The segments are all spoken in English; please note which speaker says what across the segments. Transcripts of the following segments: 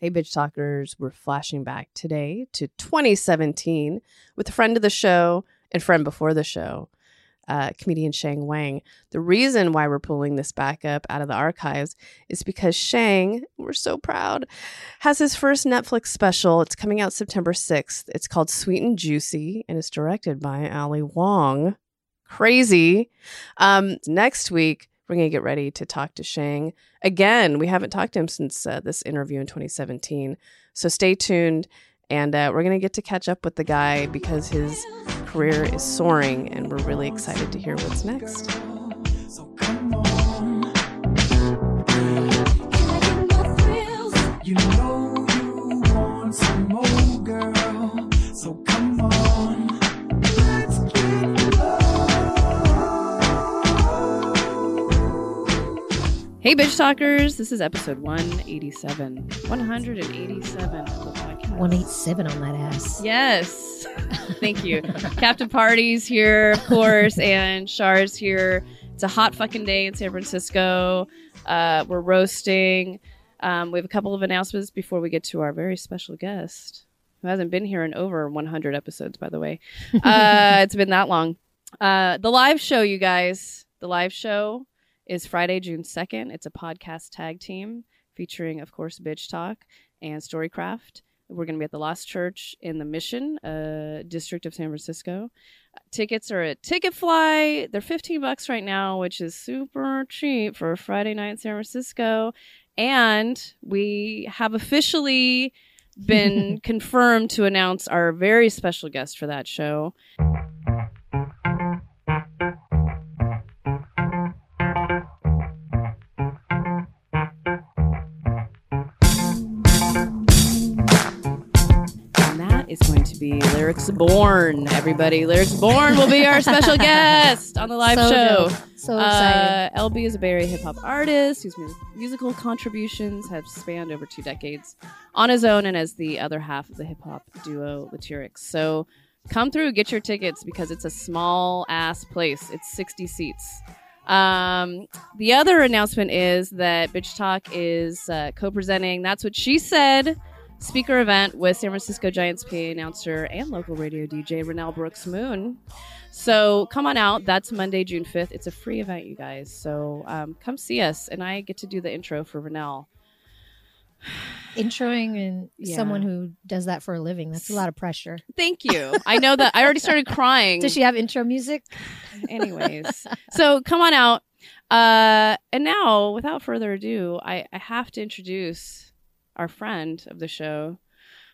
Speaker 1: Hey, bitch talkers, we're flashing back today to 2017 with a friend of the show and friend before the show, uh, comedian Shang Wang. The reason why we're pulling this back up out of the archives is because Shang, we're so proud, has his first Netflix special. It's coming out September 6th. It's called Sweet and Juicy and it's directed by Ali Wong. Crazy. Um, next week, we're going to get ready to talk to Shang again. We haven't talked to him since uh, this interview in 2017. So stay tuned and uh, we're going to get to catch up with the guy because his career is soaring and we're really excited to hear what's next.
Speaker 2: So come on, you know you want some more, girl. So come on, let's get
Speaker 1: Hey, bitch talkers. This is episode 187. 187 of the podcast.
Speaker 3: 187 on that ass.
Speaker 1: Yes. Thank you. Captain Party's here, of course, and Char's here. It's a hot fucking day in San Francisco. Uh, we're roasting. Um, we have a couple of announcements before we get to our very special guest, who hasn't been here in over 100 episodes, by the way. Uh, it's been that long. Uh, the live show, you guys. The live show is Friday, June 2nd. It's a podcast tag team featuring, of course, Bitch Talk and Storycraft. We're going to be at the Lost Church in the Mission uh, District of San Francisco. Tickets are at Ticketfly. They're 15 bucks right now, which is super cheap for a Friday night in San Francisco. And we have officially been confirmed to announce our very special guest for that show. And that is going to be Lyrics Born, everybody. Lyrics Born will be our special guest on the live
Speaker 3: so
Speaker 1: show.
Speaker 3: dope. So excited.
Speaker 1: Uh, LB is a Bay Area hip hop artist whose mu- musical contributions have spanned over two decades on his own and as the other half of the hip hop duo Latyrix. So come through, get your tickets because it's a small ass place. It's 60 seats. Um, the other announcement is that Bitch Talk is uh, co presenting That's What She Said speaker event with San Francisco Giants PA announcer and local radio DJ Renelle Brooks Moon. So come on out. That's Monday, June 5th. It's a free event, you guys. So um, come see us. And I get to do the intro for Renelle.
Speaker 3: Introing and
Speaker 1: Yeah.
Speaker 3: someone who does that for a living. That's a lot of pressure.
Speaker 1: Thank you. I know that I already started crying.
Speaker 3: Does she have intro music?
Speaker 1: Anyways, so come on out. Uh, and now, without further ado, I, I have to introduce our friend of the show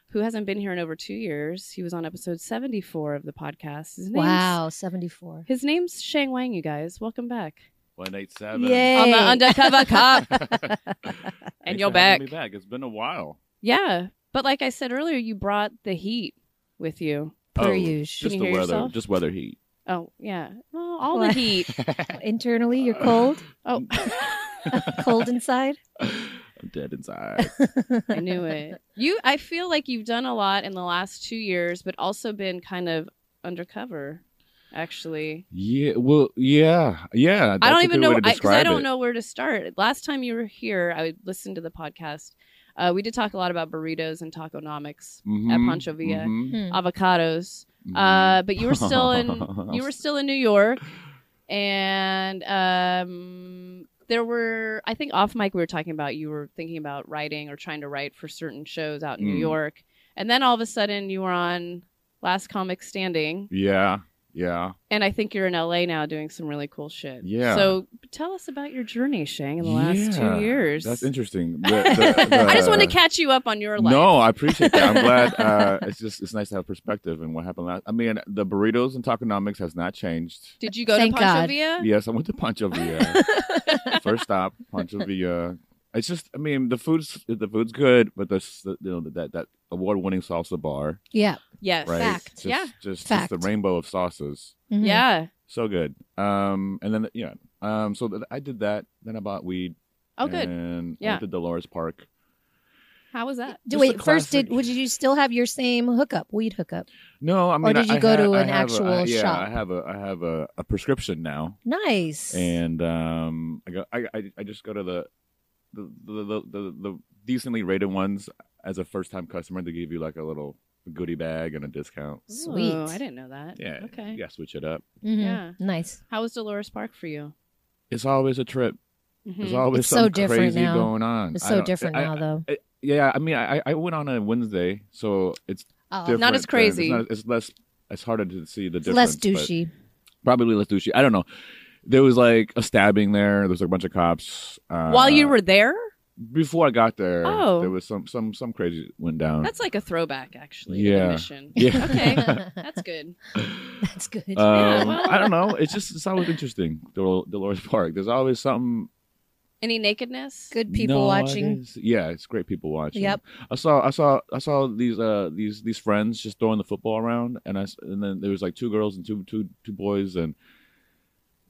Speaker 1: who hasn't been here in over two years. He was on episode 74 of the podcast. His name's,
Speaker 3: Wow, 74.
Speaker 1: His name's Shang Wang, you guys. Welcome back.
Speaker 4: 187.
Speaker 1: On the undercover cop. And
Speaker 4: Thanks
Speaker 1: you're
Speaker 4: for
Speaker 1: back.
Speaker 4: having Me back. It's been a while.
Speaker 1: Yeah. But like I said earlier, you brought the heat with you.
Speaker 3: Per
Speaker 4: Oh,
Speaker 3: usual.
Speaker 1: Can
Speaker 4: Just
Speaker 1: you
Speaker 4: the
Speaker 1: hear
Speaker 4: weather.
Speaker 1: yourself?
Speaker 4: Just weather heat.
Speaker 1: Oh, yeah. Well, all the
Speaker 3: What?
Speaker 1: heat.
Speaker 3: Internally, you're cold,
Speaker 1: Oh,
Speaker 3: cold inside.
Speaker 4: I'm dead inside.
Speaker 1: I knew it. You, I feel like you've done a lot in the last two years, but also been kind of undercover, actually.
Speaker 4: Yeah. Well. Yeah. Yeah.
Speaker 1: I don't
Speaker 4: that's a
Speaker 1: even
Speaker 4: good way
Speaker 1: know I,
Speaker 4: to
Speaker 1: 'cause I
Speaker 4: describe
Speaker 1: don't
Speaker 4: it.
Speaker 1: know where to start. Last time you were here, I listened to the podcast. Uh, we did talk a lot about burritos and taconomics,
Speaker 4: Mhm,
Speaker 1: Pancho Villa.
Speaker 4: mhm,
Speaker 3: Hmm.
Speaker 1: avocados.
Speaker 4: mhm.
Speaker 1: Uh, but you were still in you were still in New York, and um, there were I think off mic we were talking about you were thinking about writing or trying to write for certain shows out in New
Speaker 4: Mm.
Speaker 1: York, and then all of a sudden you were on Last Comic Standing,
Speaker 4: Yeah. Yeah.
Speaker 1: and I think you're in LA now doing some really cool shit.
Speaker 4: Yeah.
Speaker 1: So tell us about your journey, Shang, in the last
Speaker 4: Yeah.
Speaker 1: two years.
Speaker 4: That's interesting. The- the-
Speaker 1: I just want to
Speaker 4: the-
Speaker 1: catch you up on your life.
Speaker 4: No, I appreciate that. I'm glad. Uh, it's just it's nice to have perspective and what happened last. I mean, the burritos and taconomics has not changed.
Speaker 1: Did you go
Speaker 3: Thank
Speaker 1: to Pancho
Speaker 3: God.
Speaker 1: Villa?
Speaker 4: Yes, I went to Pancho Villa. First stop, Pancho Villa. It's just, I mean, the food's the food's good, but the s- the- you know that that award winning salsa bar,
Speaker 3: Yeah.
Speaker 1: Yes.
Speaker 4: right?
Speaker 3: Fact.
Speaker 4: Just,
Speaker 1: Yeah.
Speaker 4: just, just
Speaker 3: Fact.
Speaker 4: the rainbow of sauces,
Speaker 3: Mhm.
Speaker 1: Yeah.
Speaker 4: so good. Um, and then yeah, um, so th- I did that. Then I bought weed.
Speaker 1: Oh, good.
Speaker 4: And
Speaker 1: Yeah.
Speaker 4: went to Dolores Park.
Speaker 1: How was that?
Speaker 3: D-
Speaker 4: Just
Speaker 3: Wait,
Speaker 4: a
Speaker 3: first,
Speaker 4: classic.
Speaker 3: did would you still have your same hookup, weed hookup?
Speaker 4: No, I mean,
Speaker 3: did you
Speaker 4: I- I
Speaker 3: go to
Speaker 4: ha- I
Speaker 3: an
Speaker 4: have a-
Speaker 3: actual
Speaker 4: I- yeah,
Speaker 3: shop?
Speaker 4: I have a I have a, a prescription now.
Speaker 3: Nice.
Speaker 4: and um, I go, I, I, I just go to the the the the, the, decently rated ones as a first time customer, they give you like a little goodie bag and a discount.
Speaker 3: Sweet.
Speaker 1: Ooh, I didn't know that.
Speaker 4: Yeah.
Speaker 1: Okay.
Speaker 4: You gotta switch it up.
Speaker 3: Mhm.
Speaker 1: Yeah.
Speaker 3: Nice.
Speaker 1: How was Dolores Park for you?
Speaker 4: It's always a trip. There's
Speaker 1: Mhm.
Speaker 3: Hmm.
Speaker 4: always
Speaker 3: It's so
Speaker 4: something
Speaker 3: different
Speaker 4: crazy
Speaker 3: now.
Speaker 4: going on.
Speaker 3: It's
Speaker 4: I
Speaker 3: so
Speaker 4: don't-
Speaker 3: different
Speaker 4: I-
Speaker 3: now, though.
Speaker 4: Yeah, I mean, I I went on a Wednesday, so it's
Speaker 3: Oh,
Speaker 4: different.
Speaker 1: Not as
Speaker 4: than-
Speaker 1: crazy.
Speaker 4: It's, not- it's less. It's harder to see the
Speaker 3: it's
Speaker 4: difference.
Speaker 3: less
Speaker 4: but
Speaker 3: douchey.
Speaker 4: Probably less douchey. I don't know. There was like a stabbing there. There was like a bunch of cops. Uh,
Speaker 1: While you were there?
Speaker 4: before I got there,
Speaker 1: Oh.
Speaker 4: there was some some some crazy went down.
Speaker 1: That's like a throwback, actually.
Speaker 4: Uh, Yeah.
Speaker 1: The mission.
Speaker 4: Yeah.
Speaker 1: Okay. That's good.
Speaker 3: That's good.
Speaker 4: Um,
Speaker 1: well-
Speaker 4: I don't know. It's just it's always interesting. Dol- Dolores Park. There's always something
Speaker 1: Any nakedness?
Speaker 3: good people
Speaker 4: No, it
Speaker 3: watching.
Speaker 4: is- Yeah, it's great people watching.
Speaker 3: Yep.
Speaker 4: I saw I saw I saw these uh these these friends just throwing the football around and I s- and then there was like two girls and two two two boys and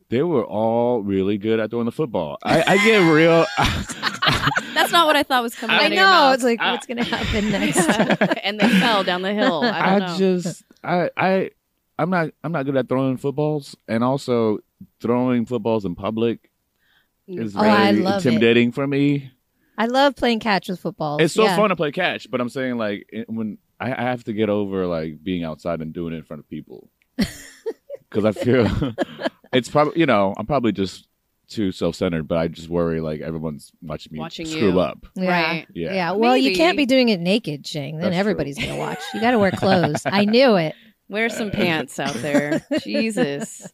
Speaker 4: they were all really good at throwing the football. I, I get real
Speaker 1: That's not what I thought was coming
Speaker 3: I
Speaker 1: out of your
Speaker 3: know.
Speaker 1: mouth. Ah.
Speaker 3: It's like,
Speaker 4: I-
Speaker 3: what's going to happen next?
Speaker 1: Yeah. and they fell down the hill. I don't know.
Speaker 4: just I I I'm not I'm not good at throwing footballs and also throwing footballs in public
Speaker 1: Mm.
Speaker 4: is
Speaker 3: Oh,
Speaker 4: really
Speaker 3: I love it.
Speaker 4: intimidating for me.
Speaker 3: I love playing catch with football.
Speaker 4: It's so
Speaker 3: yeah.
Speaker 4: fun to play catch, but I'm saying like it- when I I have to get over like being outside and doing it in front of people because I feel it's probably you know I'm probably just too self centered, but I just worry like everyone's watching me
Speaker 1: Watching
Speaker 4: screw
Speaker 1: you.
Speaker 4: up.
Speaker 3: Yeah.
Speaker 1: Right.
Speaker 4: Yeah.
Speaker 3: Yeah. Well, you can't
Speaker 1: Maybe.
Speaker 3: be doing it naked, Shang. Then
Speaker 4: That's true.
Speaker 3: everybody's going to watch. You got to wear clothes. I knew it.
Speaker 1: Wear
Speaker 4: Uh,
Speaker 1: some pants out there. Jesus.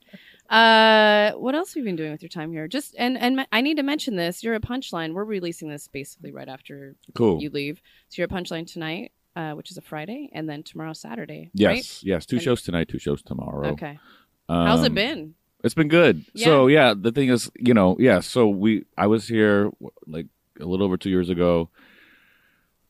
Speaker 1: Uh, what else have you been doing with your time here? Just and and I need to mention this. You're at Punchline. We're releasing this basically right after
Speaker 4: Cool.
Speaker 1: you leave. So you're at Punchline tonight, uh, which is a Friday, and then tomorrow Saturday.
Speaker 4: yes.
Speaker 1: right?
Speaker 4: Yes. Two
Speaker 1: And-
Speaker 4: shows tonight. Two shows tomorrow.
Speaker 1: Okay. How's it
Speaker 4: Um,
Speaker 1: been?
Speaker 4: It's been good. So yeah, the thing is, you know, yeah. So we, I was here w- like a little over two years ago.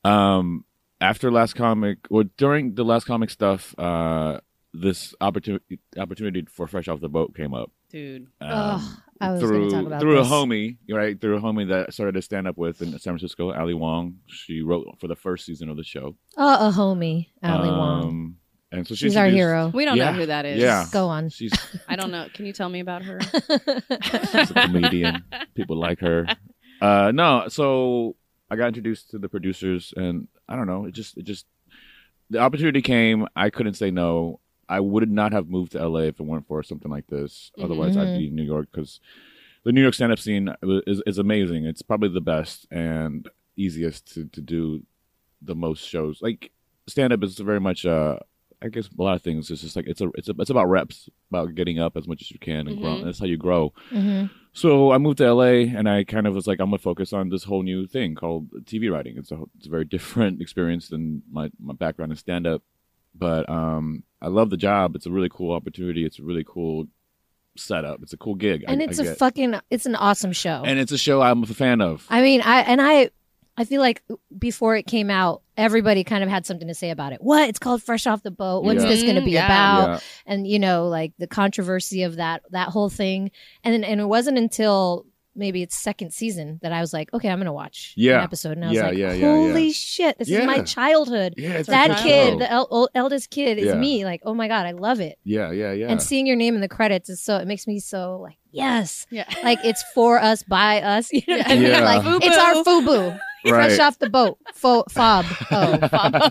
Speaker 4: Um, after last comic or during the last comic stuff, uh, this opportunity opportunity for fresh off the boat came up.
Speaker 1: Dude.
Speaker 4: Um,
Speaker 3: Ugh, I was going
Speaker 4: through
Speaker 3: to talk about
Speaker 4: through
Speaker 3: this.
Speaker 4: a homie, right? Through a homie that I started to stand up with in San Francisco, Ali Wong. She wrote for the first season of the show.
Speaker 3: Oh, a homie, Ali Wong.
Speaker 4: Um, and so she
Speaker 3: She's our
Speaker 4: introduced- Ah.
Speaker 3: hero.
Speaker 1: We don't
Speaker 4: Yeah,
Speaker 1: know who that is.
Speaker 4: yeah.
Speaker 3: Go on.
Speaker 4: She's
Speaker 1: I don't know. Can you tell me about her?
Speaker 3: Mm-hmm.
Speaker 4: She's a comedian. People like her. Uh, no, so I got introduced to the producers, and I don't know. It just, it just, the opportunity came. I couldn't say no. I would not have moved to LA if it weren't for something like this. Otherwise, I'd be in New York because the New York stand-up scene is, is amazing. It's probably the best and easiest to, to do the most shows. Like stand-up is very much. Uh, I guess a lot of things. It's just like it's a, it's a, it's about reps, about getting up as much as you can and growing. That's how you grow.
Speaker 3: Mhm.
Speaker 4: So I moved to LA, and I kind of was like, I'm gonna focus on this whole new thing called TV writing. It's a it's a very different experience than my my background in stand up, but um, I love the job. It's a really cool opportunity. It's a really cool setup. It's a cool gig. I-
Speaker 3: And
Speaker 4: I
Speaker 3: it's a
Speaker 4: get.
Speaker 3: fucking, it's an awesome show.
Speaker 4: and it's a show I'm a fan of.
Speaker 3: I mean, I and I, I feel like before it came out, everybody kind of had something to say about it. What? It's called Fresh Off the Boat. What's
Speaker 4: Yeah.
Speaker 3: this going to be
Speaker 1: Mm, yeah.
Speaker 3: about?
Speaker 4: yeah,
Speaker 3: and you know like the controversy of that that whole thing and then and it wasn't until maybe its second season that i was like okay i'm gonna watch
Speaker 4: Yeah.
Speaker 3: an episode and i was
Speaker 4: Yeah,
Speaker 3: like
Speaker 4: yeah, yeah,
Speaker 3: holy
Speaker 4: yeah.
Speaker 3: shit this
Speaker 4: Yeah.
Speaker 3: is my childhood
Speaker 4: yeah it's a
Speaker 3: that
Speaker 4: good show.
Speaker 3: kid the el- el- eldest kid is
Speaker 4: Yeah.
Speaker 3: me like oh my god i love it
Speaker 4: yeah, yeah, yeah.
Speaker 3: and seeing your name in the credits is so it makes me so like yes
Speaker 1: yeah.
Speaker 3: like it's for us by us you know what i mean
Speaker 4: Yeah.
Speaker 3: like
Speaker 1: Fubu.
Speaker 3: it's our fubu fresh off the boat Fo- fob oh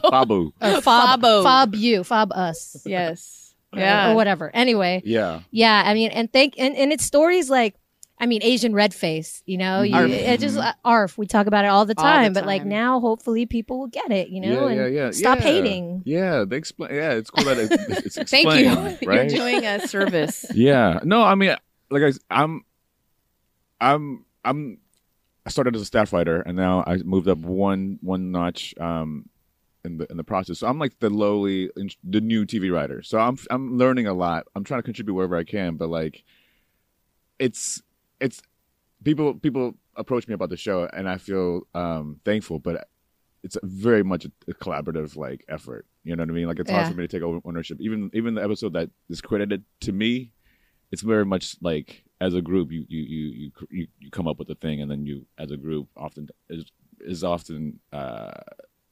Speaker 4: Babu.
Speaker 3: or fob
Speaker 1: Fabo.
Speaker 3: fob you fob us
Speaker 1: Yes.
Speaker 3: or-
Speaker 1: Yeah.
Speaker 3: or whatever anyway
Speaker 4: Yeah,
Speaker 3: yeah, I mean, and thank and, and it's stories like, I mean, Asian red face, you know, you,
Speaker 4: Mm-hmm.
Speaker 1: Arf.
Speaker 3: it just uh, arf. We talk about it all the
Speaker 1: All
Speaker 3: time,
Speaker 1: the
Speaker 3: but like
Speaker 1: time.
Speaker 3: now, hopefully, people will get it, you know,
Speaker 4: yeah, yeah,
Speaker 3: and
Speaker 4: yeah.
Speaker 3: stop
Speaker 4: yeah.
Speaker 3: hating.
Speaker 4: Yeah, they explain. Yeah, it's cool that it, it's
Speaker 1: Thank
Speaker 4: explained.
Speaker 1: you.
Speaker 4: Right?
Speaker 1: You're doing a service.
Speaker 4: yeah no i mean like I, s- i'm i'm i'm i started as a staff writer and now i moved up one one notch um in the in the process so i'm like the lowly in- the new tv writer so i'm i'm learning a lot i'm trying to contribute wherever i can but like it's it's people people approach me about the show and i feel um thankful but it's very much a, a collaborative like effort you know what i mean like it's hard
Speaker 3: Yeah.
Speaker 4: for me to take over ownership even even the episode that is credited to me it's very much like as a group you you you you cr- you, you come up with a thing and then you as a group often is is often uh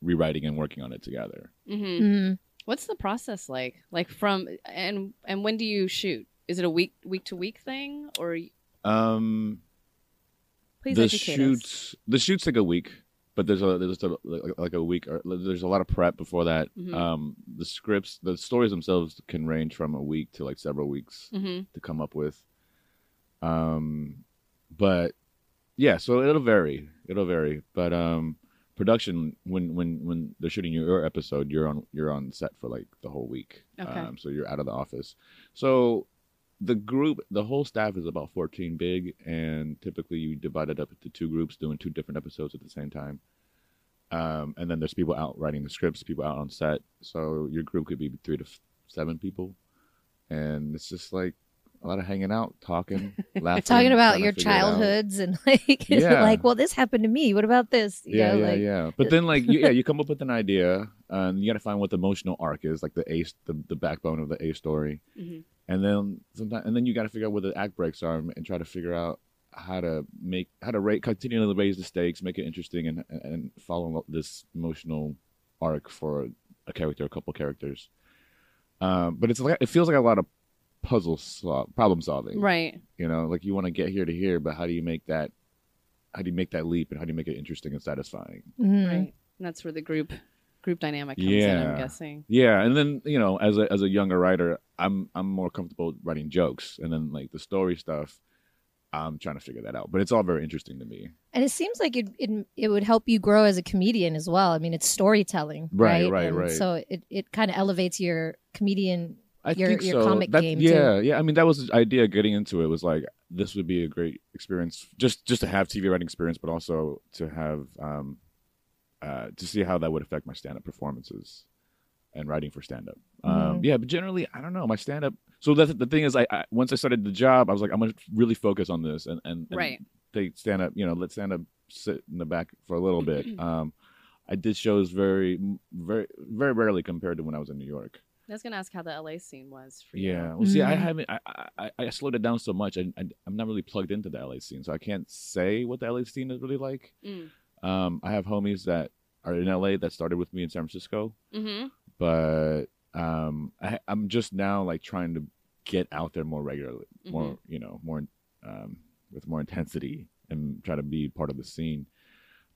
Speaker 4: rewriting and working on it together
Speaker 1: hmm
Speaker 4: Mm-hmm.
Speaker 3: Mm.
Speaker 1: What's the process like? Like from and and when do you shoot? Is it a week week to week thing or
Speaker 4: um
Speaker 1: please
Speaker 4: the
Speaker 1: educate us?
Speaker 4: shoots the shoots take a week but there's a there's a, like, like a week or there's a lot of prep before that.
Speaker 1: Mhm.
Speaker 4: Um, the scripts, the stories themselves can range from a week to like several weeks
Speaker 1: hmm
Speaker 4: to come up with. Um, but yeah, so it'll vary. It'll vary. But um, production when when when they're shooting your episode, you're on you're on set for like the whole week.
Speaker 1: Okay.
Speaker 4: Um, so you're out of the office. So the group, the whole staff is about 14 big, and typically you divide it up into two groups doing two different episodes at the same time. Um, and then there's people out writing the scripts, people out on set. So your group could be three to f- seven people, and it's just like a lot of hanging out, talking, laughing,
Speaker 3: Talking about
Speaker 4: trying to
Speaker 3: your
Speaker 4: figure it out.
Speaker 3: childhoods and like,
Speaker 4: Yeah.
Speaker 3: like, well, this happened to me. What about this? You
Speaker 4: yeah,
Speaker 3: know,
Speaker 4: yeah,
Speaker 3: like,
Speaker 4: yeah. But then, like, you, yeah, you come up with an idea, and you got to find what the emotional arc is, like the a the, the backbone of the a story,
Speaker 1: Mhm.
Speaker 4: and then sometimes, and then you got to figure out where the act breaks are, and try to figure out how to make how to rate continue to raise the stakes, make it interesting, and and follow up this emotional arc for a character, a couple characters. Um, but it's like it feels like a lot of puzzle sol- problem solving,
Speaker 1: Right.
Speaker 4: you know like you want to get here to here but how do you make that how do you make that leap and how do you make it interesting and satisfying
Speaker 3: Mhm.
Speaker 1: Right. And that's where the group group dynamic comes in. I'm
Speaker 4: Yeah.
Speaker 1: guessing.
Speaker 4: yeah and then you know as a as a younger writer i'm i'm more comfortable writing jokes and then like the story stuff i'm trying to figure that out but it's all very interesting to me
Speaker 3: And it seems like it, it it would help you grow as a comedian as well. I mean, it's storytelling,
Speaker 4: Right,
Speaker 3: right?
Speaker 4: right,
Speaker 3: And
Speaker 4: right.
Speaker 3: So it, it kind of elevates your comedian.
Speaker 4: I
Speaker 3: Your-
Speaker 4: think
Speaker 3: your
Speaker 4: so.
Speaker 3: comic
Speaker 4: That-
Speaker 3: game,
Speaker 4: yeah, yeah. I mean, that was the idea getting into it. Was like this would be a great experience, just just to have TV writing experience, but also to have um, uh, to see how that would affect my stand up performances and writing for stand up. Um,
Speaker 3: Mm-hmm.
Speaker 4: yeah, but generally, I don't know my stand up. So that's the thing is, I, I once I started the job, I was like, I'm gonna really focus on this and and, and
Speaker 1: Right.
Speaker 4: they stand up, you know, let stand up sit in the back for a little bit. Um, I did shows very, very, very rarely compared to when I was in New York.
Speaker 1: I was gonna ask how the LA scene was for you.
Speaker 4: Yeah. Well, see, I
Speaker 3: Mhm.
Speaker 4: haven't. I, I- I I slowed it down so much, and and I'm not really plugged into the LA scene, so I can't say what the LA scene is really like.
Speaker 1: Mm.
Speaker 4: Um, I have homies that are in LA that started with me in San Francisco,
Speaker 1: hmm
Speaker 4: but um, I, I'm just now like trying to get out there more regularly, more
Speaker 1: Mm-hmm.
Speaker 4: you know, more um, with more intensity, and try to be part of the scene.